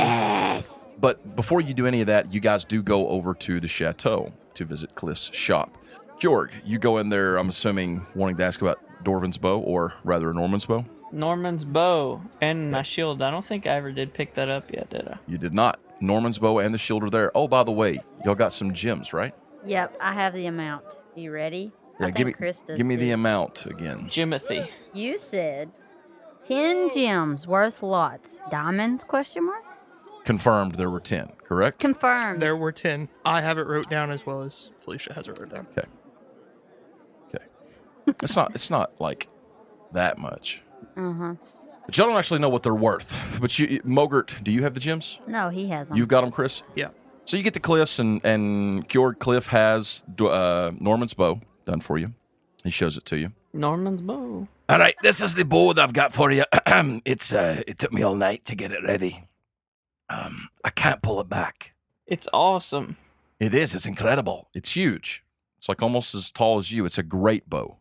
Speaker 3: [laughs]
Speaker 4: But before you do any of that, you guys do go over to the chateau to visit Cliff's shop. Georg, you go in there, I'm assuming, wanting to ask about Dorvin's bow, or rather Norman's bow.
Speaker 1: Norman's bow and my shield. I don't think I ever did pick that up yet, did I?
Speaker 4: You did not. Norman's bow and the shield are there. Oh, by the way, y'all got some gems, right?
Speaker 3: Yep, I have the amount. You ready? I think
Speaker 4: give me,
Speaker 3: Chris does
Speaker 4: give me the
Speaker 3: too.
Speaker 4: amount again.
Speaker 1: Jimothy.
Speaker 3: You said ten gems worth lots. Diamonds? Question mark.
Speaker 4: Confirmed there were 10, correct?
Speaker 3: Confirmed.
Speaker 5: There were 10. I have it wrote down as well as Felicia has it wrote down.
Speaker 4: it's not It's not like that much.
Speaker 3: Uh huh.
Speaker 4: But y'all don't actually know what they're worth. But you, Mogert, do you have the gems?
Speaker 3: No, he has them.
Speaker 4: You've got them, Chris?
Speaker 5: Yeah.
Speaker 4: So you get the cliffs, and and Georg Cliff has uh, Norman's bow done for you. He shows it to you.
Speaker 1: Norman's bow.
Speaker 9: All right, this is the bow that I've got for you. [clears throat] it's uh, it took me all night to get it ready. Um, I can't pull it back.
Speaker 1: It's awesome.
Speaker 9: It is. It's incredible.
Speaker 4: It's huge. It's like almost as tall as you. It's a great bow.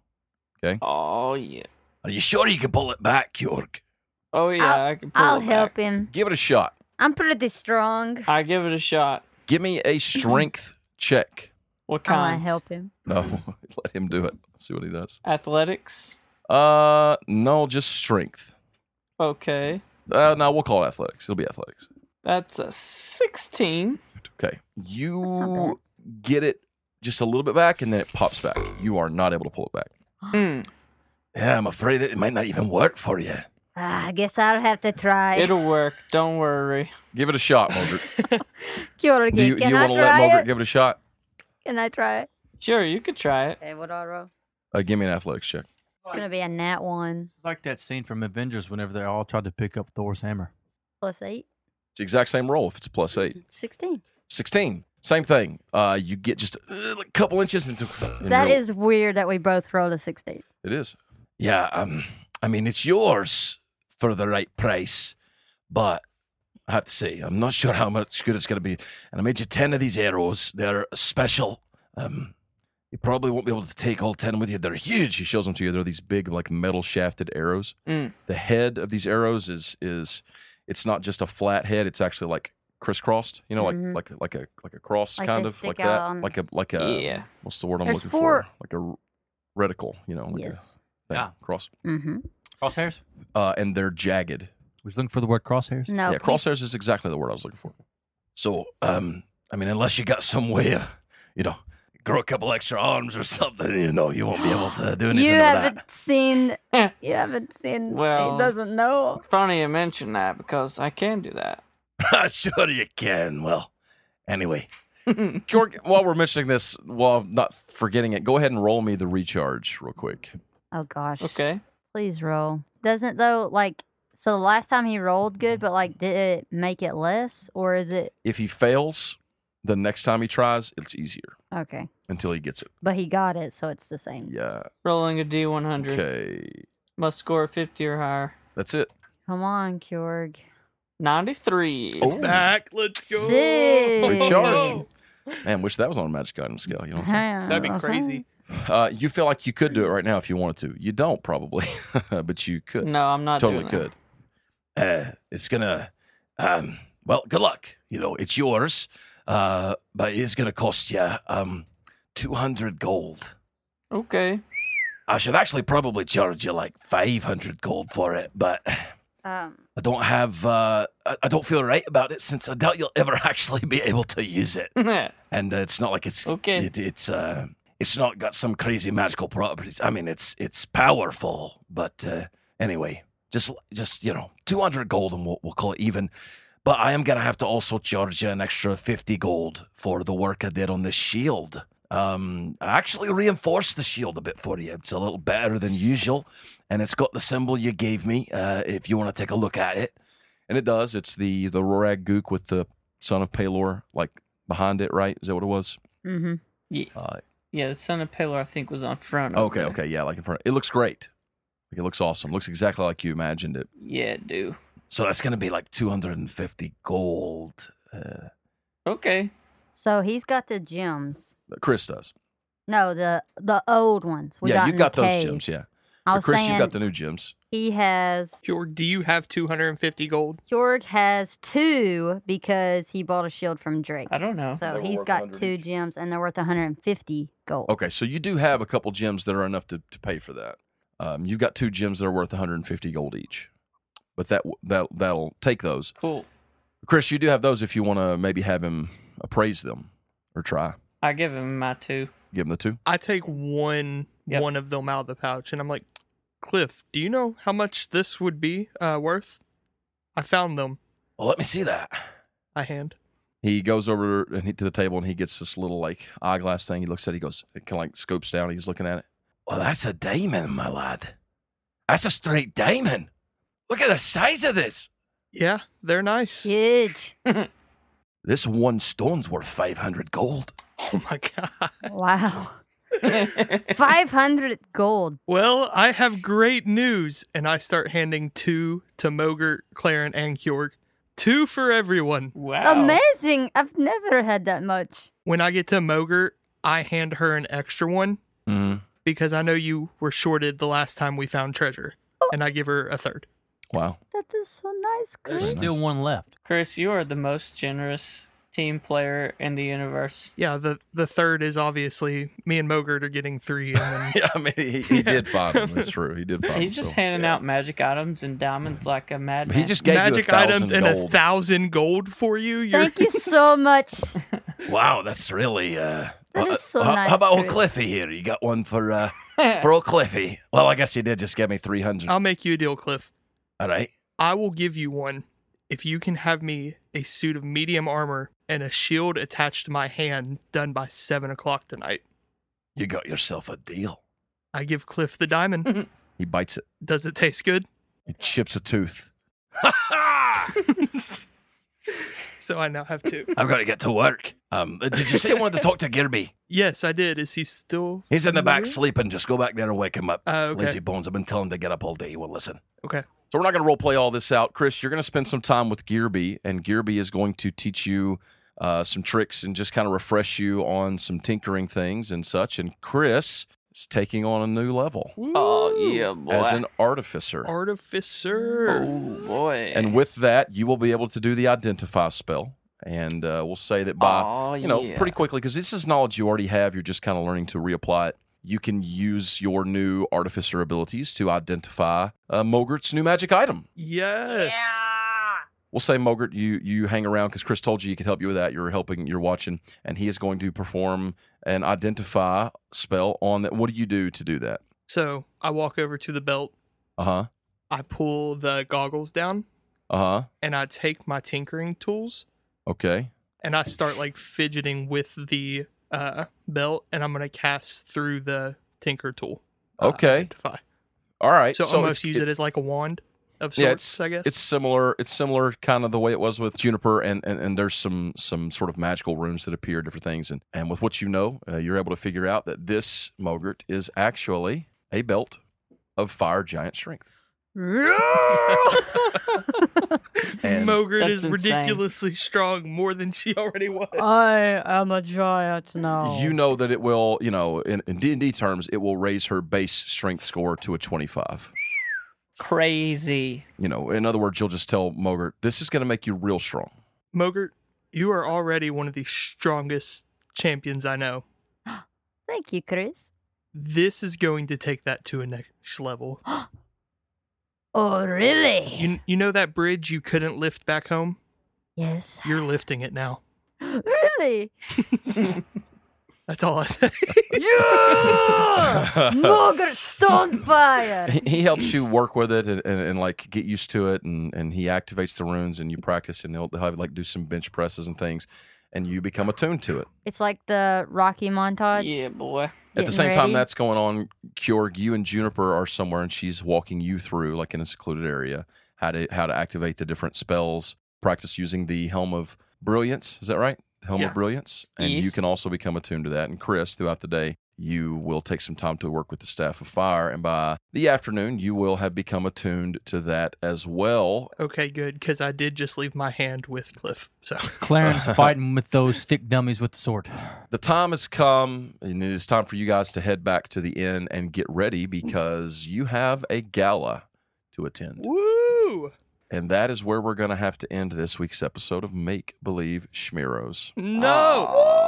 Speaker 1: Oh yeah.
Speaker 9: Are you sure you can pull it back, Jorg?
Speaker 1: Oh yeah. i can pull
Speaker 3: I'll
Speaker 1: it
Speaker 3: help
Speaker 1: back.
Speaker 3: him.
Speaker 4: Give it a shot.
Speaker 3: I'm pretty strong.
Speaker 1: I give it a shot.
Speaker 4: Give me
Speaker 3: [laughs]
Speaker 4: a strength check.
Speaker 1: What
Speaker 3: Can I
Speaker 1: kind?
Speaker 3: help him?
Speaker 4: No, [laughs] let him do it. Let's see what he does.
Speaker 1: Athletics.
Speaker 4: Uh, no, just strength.
Speaker 1: Okay.
Speaker 4: Uh, no, we'll call it athletics. It'll be athletics.
Speaker 1: That's a
Speaker 3: [gasps]
Speaker 1: sixteen.
Speaker 4: Okay.
Speaker 3: That's not bad.
Speaker 4: You get it just a little bit back, and then it pops back. You are not able to pull it back.
Speaker 1: Hmm.
Speaker 9: Yeah, I'm afraid that it might not even work for you.
Speaker 3: Ah, I guess I'll have to try. [laughs]
Speaker 1: It'll work. Don't worry.
Speaker 4: Give it a shot, Mogert.
Speaker 3: Kjorgen,
Speaker 4: do you, do
Speaker 3: can
Speaker 4: you
Speaker 3: I
Speaker 4: want to let
Speaker 3: try
Speaker 4: Mogert
Speaker 3: it?
Speaker 4: give it a shot?
Speaker 3: Can I try it?
Speaker 1: Sure, you could try it.
Speaker 3: Okay, what do I roll?
Speaker 4: Uh, give me an athletics check.
Speaker 3: It's gonna be a nat one
Speaker 2: like that scene from Avengers whenever they all tried to pick up Thor's hammer.
Speaker 3: plus eight.
Speaker 4: It's the exact same roll if it's a plus
Speaker 3: Mm-hmm.
Speaker 4: eight.
Speaker 3: 16.
Speaker 4: 16. Same thing. Uh, you get just uh, like a couple inches. Into, and
Speaker 3: That
Speaker 4: you're-
Speaker 3: is weird that we both rolled a 16.
Speaker 4: It is.
Speaker 9: Yeah, um, I mean it's yours.
Speaker 4: for the right price, but I have to say, I'm not sure how much good it's going to be. And I made you 10 of these arrows. They're special. Um, you probably won't be able to take all 10 with you. They're huge.
Speaker 10: She shows them to you. They're these big, like metal shafted arrows.
Speaker 1: Mm.
Speaker 10: The head of these arrows is is it's not just a flat head. It's actually like crisscrossed. You know, like
Speaker 3: Mhm.
Speaker 10: like like a like a cross
Speaker 3: Like
Speaker 10: kind
Speaker 3: they
Speaker 10: of
Speaker 3: stick
Speaker 10: like
Speaker 3: out
Speaker 10: that.
Speaker 3: on-
Speaker 10: Like a like a
Speaker 1: Yeah.
Speaker 10: what's the word I'm
Speaker 3: There's
Speaker 10: looking
Speaker 3: four-
Speaker 10: for? Like a r- reticle. You know, like
Speaker 3: yes.
Speaker 10: a thing,
Speaker 2: Ah.
Speaker 10: cross.
Speaker 3: Mm-hmm.
Speaker 2: Crosshairs?
Speaker 10: Uh, and they're jagged.
Speaker 2: Was looking for the word crosshairs?
Speaker 3: No.
Speaker 10: yeah,
Speaker 3: please-
Speaker 10: crosshairs is exactly the word I was looking for.
Speaker 4: So, um, I mean, unless you got some way of, you know, grow a couple extra arms or something, you know, you won't be able to do anything
Speaker 3: You
Speaker 4: with that.
Speaker 10: [laughs]
Speaker 3: haven't seen.
Speaker 10: Eh.
Speaker 3: You haven't seen.
Speaker 1: Well-
Speaker 3: he doesn't know.
Speaker 1: Funny you mention that because I can do that. [laughs]
Speaker 4: [laughs] sure you can. Well, anyway,
Speaker 10: Jorg, while we're mentioning this, while I'm not forgetting it, go ahead and roll me the recharge real quick.
Speaker 3: Oh gosh.
Speaker 1: Okay.
Speaker 3: Please roll. Doesn't though like so the last time he rolled good, but like did it make it less or is it
Speaker 10: If he fails, the next time he tries, it's easier
Speaker 3: okay?
Speaker 10: until he gets it.
Speaker 3: But he got it, so it's the same.
Speaker 10: Yeah.
Speaker 1: Rolling a D100.
Speaker 10: Okay.
Speaker 1: Must score 50 or higher.
Speaker 10: That's it.
Speaker 3: Come on, Kjorg.
Speaker 1: 93.
Speaker 10: Oh.
Speaker 5: Back. Let's go.
Speaker 3: Six.
Speaker 10: Recharge. Man, wish that was on a magic item scale. You know
Speaker 3: [laughs]
Speaker 10: what I'm saying?
Speaker 5: That'd be crazy.
Speaker 10: Uh, you feel like you could do it right now if you wanted to. You don't probably,
Speaker 4: [laughs]
Speaker 10: but you could.
Speaker 1: No, I'm not
Speaker 10: totally
Speaker 1: doing
Speaker 10: could.
Speaker 4: uh, it's gonna, um, well, good luck. You know, it's yours, uh, but it's gonna cost you um, two hundred gold.
Speaker 1: That. Okay.
Speaker 4: I should actually probably charge you like five hundred gold for it, but I
Speaker 3: Um,
Speaker 4: don't have, uh, I, I don't feel right about it since I doubt you'll ever [laughs] actually be able to use it. and uh, it's not like it's
Speaker 1: Okay.
Speaker 4: It, it's uh, it's not got some crazy magical properties. I mean, it's it's powerful, but uh, anyway, just just you know, two hundred gold, and we'll, we'll call it even. But I am gonna have to also charge you an extra fifty gold for the work I did on this shield. Um, I actually reinforced the shield a bit for you. It's a little better than usual, and it's got the symbol you gave me. Uh, if you want to take a look at it,
Speaker 10: And it does. It's the the Rorag Gook with the son of Palor like behind it, right? Is that what it was?
Speaker 3: mm-hmm.
Speaker 10: Uh,
Speaker 1: [laughs] Yeah, the son of Pelor, I think, was on front. up
Speaker 10: okay,
Speaker 1: there.
Speaker 10: okay, yeah, like in front. It looks great. Like it looks awesome. Looks exactly like you imagined it.
Speaker 1: Yeah, do.
Speaker 4: so that's gonna be like two hundred and fifty gold. Uh,
Speaker 1: Okay.
Speaker 3: So he's got the gems.
Speaker 10: Chris does.
Speaker 3: No, the the old ones. We
Speaker 10: yeah,
Speaker 3: got
Speaker 10: you
Speaker 3: in
Speaker 10: got
Speaker 3: the
Speaker 10: those
Speaker 3: cave.
Speaker 10: gems. Yeah,
Speaker 3: I
Speaker 10: But
Speaker 3: was
Speaker 10: Chris,
Speaker 3: saying
Speaker 10: you got the new gems.
Speaker 3: he has
Speaker 5: Jorg, do you have 250 gold?
Speaker 3: Kjorg has two because he bought a shield from Drake.
Speaker 1: I don't know.
Speaker 3: So
Speaker 10: They were
Speaker 3: he's
Speaker 10: worth
Speaker 3: got
Speaker 10: 100
Speaker 3: two
Speaker 10: each.
Speaker 3: gems and they're worth 150 gold.
Speaker 5: Oh.
Speaker 10: Okay, so you do have a couple gems that are enough to, to pay for that. Um, you've got two gems that are worth 150 gold each, but that that that'll take those.
Speaker 1: Cool.
Speaker 10: Chris, you do have those if you want to maybe have him appraise them or try
Speaker 1: I give him my [laughs] two.
Speaker 10: give him the two.
Speaker 5: I take one
Speaker 1: Yep.
Speaker 5: one of them out of the pouch, and I'm like, Cliff, do you know how much this would be uh, worth? I found them.
Speaker 4: Well, let me see that.
Speaker 5: I hand.
Speaker 10: He goes over and he, to the table and he gets this little like eyeglass thing. He looks at it, he goes, it kind of like scopes down. He's looking at it.
Speaker 4: Well, that's a diamond, my lad. That's a straight diamond. Look at the size of this.
Speaker 5: Yeah, they're nice.
Speaker 3: Huge.
Speaker 4: This one stone's worth 500 gold.
Speaker 5: [laughs] Oh my god. [laughs]
Speaker 3: Wow. 500 gold.
Speaker 5: Well, I have great news, and I start handing two to Mogert, Claren, and Kjorg. Two for everyone.
Speaker 1: wow.
Speaker 3: Amazing. I've never had that much.
Speaker 5: When I get to Mogert, I hand her an extra one
Speaker 10: Mm-hmm.
Speaker 5: because I know you were shorted the last time we found treasure,
Speaker 3: Oh.
Speaker 5: and I give her a third.
Speaker 4: [laughs]
Speaker 10: Wow.
Speaker 3: That is so nice,
Speaker 2: There's
Speaker 3: Chris.
Speaker 10: Right.
Speaker 2: still one left.
Speaker 1: Chris, you are the most generous team player in the universe.
Speaker 5: Yeah, the the third is obviously me and Mogert are getting three, and then
Speaker 10: Yeah, I mean, he, he did find them. That's true. He did find
Speaker 1: He's
Speaker 10: them,
Speaker 1: just
Speaker 10: so-
Speaker 1: handing out magic items and diamonds like a madman.
Speaker 10: He
Speaker 1: [laughs]
Speaker 10: just [laughs] gave
Speaker 5: magic
Speaker 10: you a thousand
Speaker 5: items
Speaker 10: gold.
Speaker 5: and a thousand gold for you. You're,
Speaker 3: Thank you so much.
Speaker 4: Wow, that's really. Uh,
Speaker 3: That
Speaker 4: uh,
Speaker 3: is so
Speaker 4: how,
Speaker 3: nice,
Speaker 4: How about old
Speaker 3: Chris.
Speaker 4: Cliffy here? You got one for, uh,
Speaker 1: Oh,
Speaker 4: for old Cliffy. Well, I guess you did just give me
Speaker 5: [laughs]
Speaker 4: 300.
Speaker 5: I'll make you a deal, Cliff.
Speaker 4: All right.
Speaker 5: I will give you one if you can have me a suit of medium armor and a shield attached to my hand done by seven o'clock tonight.
Speaker 4: You got yourself a deal.
Speaker 5: I give Cliff the
Speaker 3: [laughs]
Speaker 5: diamond.
Speaker 10: He bites it.
Speaker 5: Does it taste good?
Speaker 10: He chips a
Speaker 4: [laughs]
Speaker 10: tooth.
Speaker 5: So I now have
Speaker 3: [laughs]
Speaker 5: two.
Speaker 4: I've got to get to work. Um, did you say you wanted to talk to Girby?
Speaker 5: yes, I did. Is he still?
Speaker 4: He's in the back sleeping. Just go back there and wake him up.
Speaker 5: Uh, Mm-hmm. okay.
Speaker 4: Lazy bones. I've been telling him to get up all day. He won't listen.
Speaker 5: Okay.
Speaker 4: So we're not going to role play all this out. Chris, you're going to spend some time with Gearby, and Gearby is going to teach you uh, some tricks and just kind of refresh you on some tinkering things and such. And Chris is taking on a new level
Speaker 1: Oh yeah, boy.
Speaker 4: as an artificer.
Speaker 5: Artificer.
Speaker 1: oh boy.
Speaker 4: and with that, you will be able to do the identify spell. And uh, we'll say that by
Speaker 1: oh,
Speaker 4: you know,
Speaker 1: yeah.
Speaker 4: pretty quickly because this is knowledge you already have. You're just kind of learning to reapply it. You can use your new artificer abilities to identify uh, Mogurt's new magic item.
Speaker 5: Yes.
Speaker 4: We'll say Mogurt, you you hang around because Chris told you he could help you with that. You're helping, you're watching, and he is going to perform an identify spell on that. What do you do to do that?
Speaker 5: So I walk over to the belt.
Speaker 4: Uh huh.
Speaker 5: I pull the goggles down
Speaker 4: Uh huh.
Speaker 5: and I take my tinkering tools
Speaker 4: Okay.
Speaker 5: and I start like fidgeting with the uh, belt and I'm going to cast through the tinker tool. uh,
Speaker 4: Okay.
Speaker 5: identify.
Speaker 4: All right.
Speaker 5: So, almost
Speaker 4: it's-
Speaker 5: use it, as like a wand of sorts,
Speaker 4: Yeah,
Speaker 5: I guess.
Speaker 4: It's similar. It's similar, kind of the way it was with Juniper, and, and, and there's some some sort of magical runes that appear, different things, and and with what you know, uh, you're able to figure out that this Mogurt is actually a belt of fire giant strength. And
Speaker 5: Mogurt
Speaker 1: That's
Speaker 5: is
Speaker 1: insane. Uh,
Speaker 5: ridiculously strong, more than she already was.
Speaker 3: I am a giant
Speaker 5: Oh.
Speaker 3: now.
Speaker 4: you know that it will, you know, in in D and D terms, it will raise her base strength score to a 25.
Speaker 1: crazy.
Speaker 4: You know, in other words, you'll just tell Mogurt this is going to make you real strong.
Speaker 5: Mogurt, you are already one of the strongest champions I know.
Speaker 3: Thank you, Chris.
Speaker 5: This is going to take that to a next level.
Speaker 3: Oh, really?
Speaker 5: You, you know that bridge you couldn't lift back home?
Speaker 3: yes.
Speaker 5: You're lifting it now.
Speaker 3: [gasps]
Speaker 5: [laughs]
Speaker 3: Really?
Speaker 5: That's all I say. [laughs]
Speaker 4: [laughs]
Speaker 3: Yeah! Mogert
Speaker 5: [laughs]
Speaker 3: Stonefire!
Speaker 4: He- he helps you work with it and, and, and like get used to it and, and he activates the runes and you practice and they'll, they'll have like do some bench presses and things and you become attuned to it
Speaker 3: It's like the Rocky montage.
Speaker 1: Yeah, boy.
Speaker 4: at
Speaker 3: Getting
Speaker 4: the same time
Speaker 3: ready.
Speaker 4: that's going on Kjorg, you and juniper are somewhere and she's walking you through like in a secluded area how to how to activate the different spells practice using the helm of brilliance is that right The helm
Speaker 5: Yeah.
Speaker 4: of brilliance and you
Speaker 1: Yes.
Speaker 4: can also become attuned to that and chris throughout the day you will take some time to work with the staff of fire and by the afternoon you will have become attuned to that as well
Speaker 5: okay, good, because I did just leave my hand with Cliff. So [laughs]
Speaker 2: [laughs] Clarence fighting with those stick dummies with the sword.
Speaker 4: the time has come and it is time for you guys to head back to the inn and get ready
Speaker 3: Mm.
Speaker 4: because you have a gala to attend
Speaker 5: Woo!
Speaker 4: and that is where we're going to have to end this week's episode of make believe schmeros
Speaker 5: No!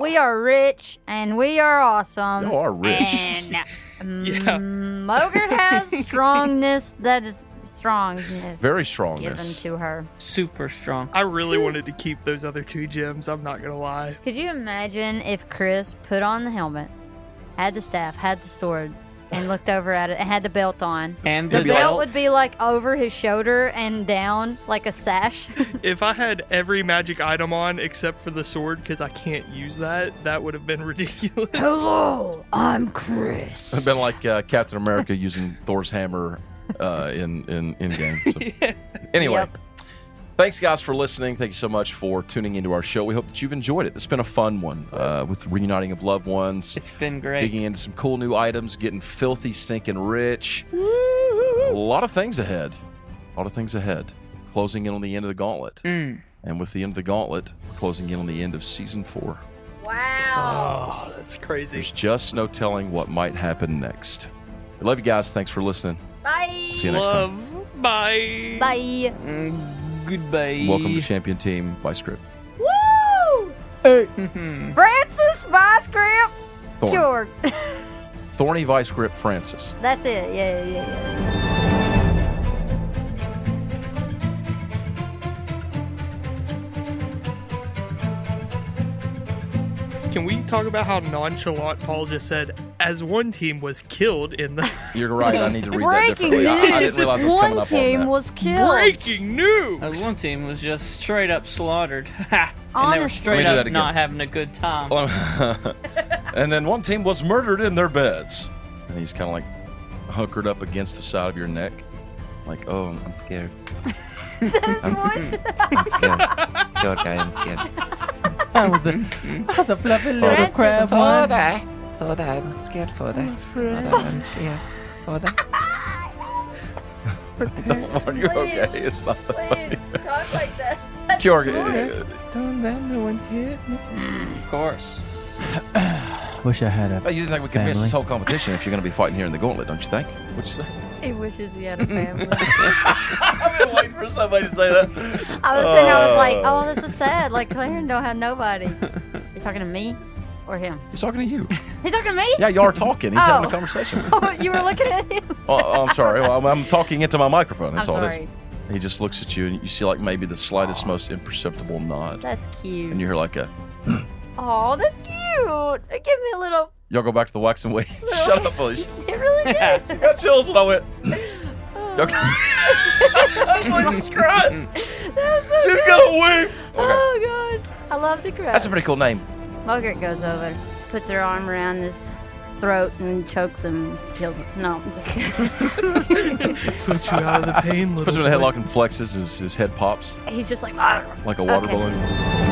Speaker 3: We are rich and we are awesome.
Speaker 4: you are rich
Speaker 3: Mm-hmm. And
Speaker 4: [laughs]
Speaker 3: Mogert has strongness that is strongness
Speaker 4: very
Speaker 3: given
Speaker 4: strongness
Speaker 3: to her.
Speaker 1: Super strong.
Speaker 5: I really wanted to keep those other two gems, I'm not gonna lie.
Speaker 3: Could you imagine if Chris put on the helmet, had the staff, had the sword, and looked over at it, and had the belt on?
Speaker 1: And
Speaker 3: The
Speaker 1: the,
Speaker 3: belt would be like over his shoulder and down like a sash. [laughs]
Speaker 5: If I had every magic item on except for the sword, because I can't use that, that would have been [laughs] ridiculous.
Speaker 3: [gasps] Hello, I'm Chris.
Speaker 4: I've been like uh, Captain America using Thor's hammer uh, in in in game.
Speaker 3: [laughs]
Speaker 4: So. Anyway,
Speaker 3: Yep.
Speaker 4: thanks guys for listening. Thank you so much for tuning into our show. We hope that you've enjoyed it. It's been a fun one uh, with reuniting of loved ones,
Speaker 1: It's been great.
Speaker 4: digging into some cool new items, getting filthy, stinking rich. A lot of things ahead. A lot of things ahead. Closing in on the end of the gauntlet,
Speaker 1: Mm.
Speaker 4: and with the end of the gauntlet, we're closing in on the end of season four.
Speaker 5: Oh, that's crazy.
Speaker 4: There's just no telling what might happen next. I love you guys. Thanks for listening. Bye. See you next time.
Speaker 5: Love. Bye.
Speaker 3: Bye.
Speaker 1: Mm, Goodbye.
Speaker 4: Welcome to Champion Team by Script.
Speaker 3: Woo!
Speaker 4: [laughs]
Speaker 3: Francis Vice Grip
Speaker 4: Thorn.
Speaker 3: George.
Speaker 4: Thorny Vice Grip Francis.
Speaker 3: [laughs] That's it. Yeah, yeah, yeah.
Speaker 5: Can we talk about how nonchalant Paul just said, as one team was killed in the
Speaker 4: You're right. I need to read that
Speaker 3: Breaking
Speaker 4: differently.
Speaker 3: news!
Speaker 4: I, I didn't realize it was coming
Speaker 3: One
Speaker 4: up on
Speaker 3: team
Speaker 4: that.
Speaker 3: was killed.
Speaker 5: breaking news?
Speaker 1: Uh, one team was just straight up slaughtered. [laughs] Ha! and they were
Speaker 3: Honestly.
Speaker 1: straight
Speaker 4: Let me do
Speaker 1: up
Speaker 4: that
Speaker 1: not having a good time.
Speaker 4: [laughs] and then one team was murdered in their beds. And he's kind of like hunkered up against the side of your neck. Like, oh, [laughs] I'm scared. I'm scared. Okay, I'm scared.
Speaker 2: Oh, the, the fluffy little
Speaker 3: Francis.
Speaker 2: crab
Speaker 6: Oh,
Speaker 2: one.
Speaker 6: there. Oh, there. I'm scared for that. Oh, there. I'm scared for that.
Speaker 3: prepared.
Speaker 4: Are you okay? It's not that
Speaker 11: Please, talk like that.
Speaker 4: Kjorg,
Speaker 1: Don't let no one hit me. Of course.
Speaker 2: Wish I had
Speaker 4: uh,
Speaker 2: a.
Speaker 4: you didn't think we could miss
Speaker 2: Family.
Speaker 4: this whole competition if you're going to be fighting here in the gauntlet, don't you think?
Speaker 11: [laughs] He wishes he had a family.
Speaker 4: Wait for somebody to say that.
Speaker 3: [laughs] I was sitting there, I was like, oh, this is sad.
Speaker 4: [laughs]
Speaker 3: Like, Clarence don't have nobody. You talking to me or him?
Speaker 4: He's talking to you.
Speaker 3: You talking to me?
Speaker 4: Yeah, y'all are talking. He's having a
Speaker 3: Oh.
Speaker 4: conversation.
Speaker 3: Oh, [laughs] you were looking at
Speaker 4: [laughs]
Speaker 3: him.
Speaker 4: oh, I'm sorry. Well, I'm, I'm talking into my microphone.
Speaker 3: I'm
Speaker 4: That's all it
Speaker 3: sorry.
Speaker 4: is. He just looks at you, and you see like maybe the slightest, most imperceptible nod,
Speaker 3: That's
Speaker 4: and
Speaker 3: cute.
Speaker 4: you hear like a
Speaker 3: Oh, that's cute. Give me a little.
Speaker 4: y'all go back to the wax and wait. [laughs] Shut up, Felicia.
Speaker 3: It
Speaker 4: [laughs]
Speaker 3: really did.
Speaker 4: I got chills when I went. Y'all [laughs]
Speaker 3: That's so
Speaker 4: She's
Speaker 3: cute.
Speaker 4: gonna weep. [laughs] Okay.
Speaker 3: Oh gosh, I love the crowd.
Speaker 4: That's a pretty cool name.
Speaker 3: Margaret goes over, puts her arm around his throat and chokes him, kills him. No, I'm just kidding. [laughs]
Speaker 5: Put you out of the pain, little
Speaker 4: Puts him in a
Speaker 5: boy.
Speaker 4: headlock and flexes. His, his head pops
Speaker 3: he's just like. "Arr."
Speaker 4: like a water
Speaker 3: Okay.
Speaker 4: balloon.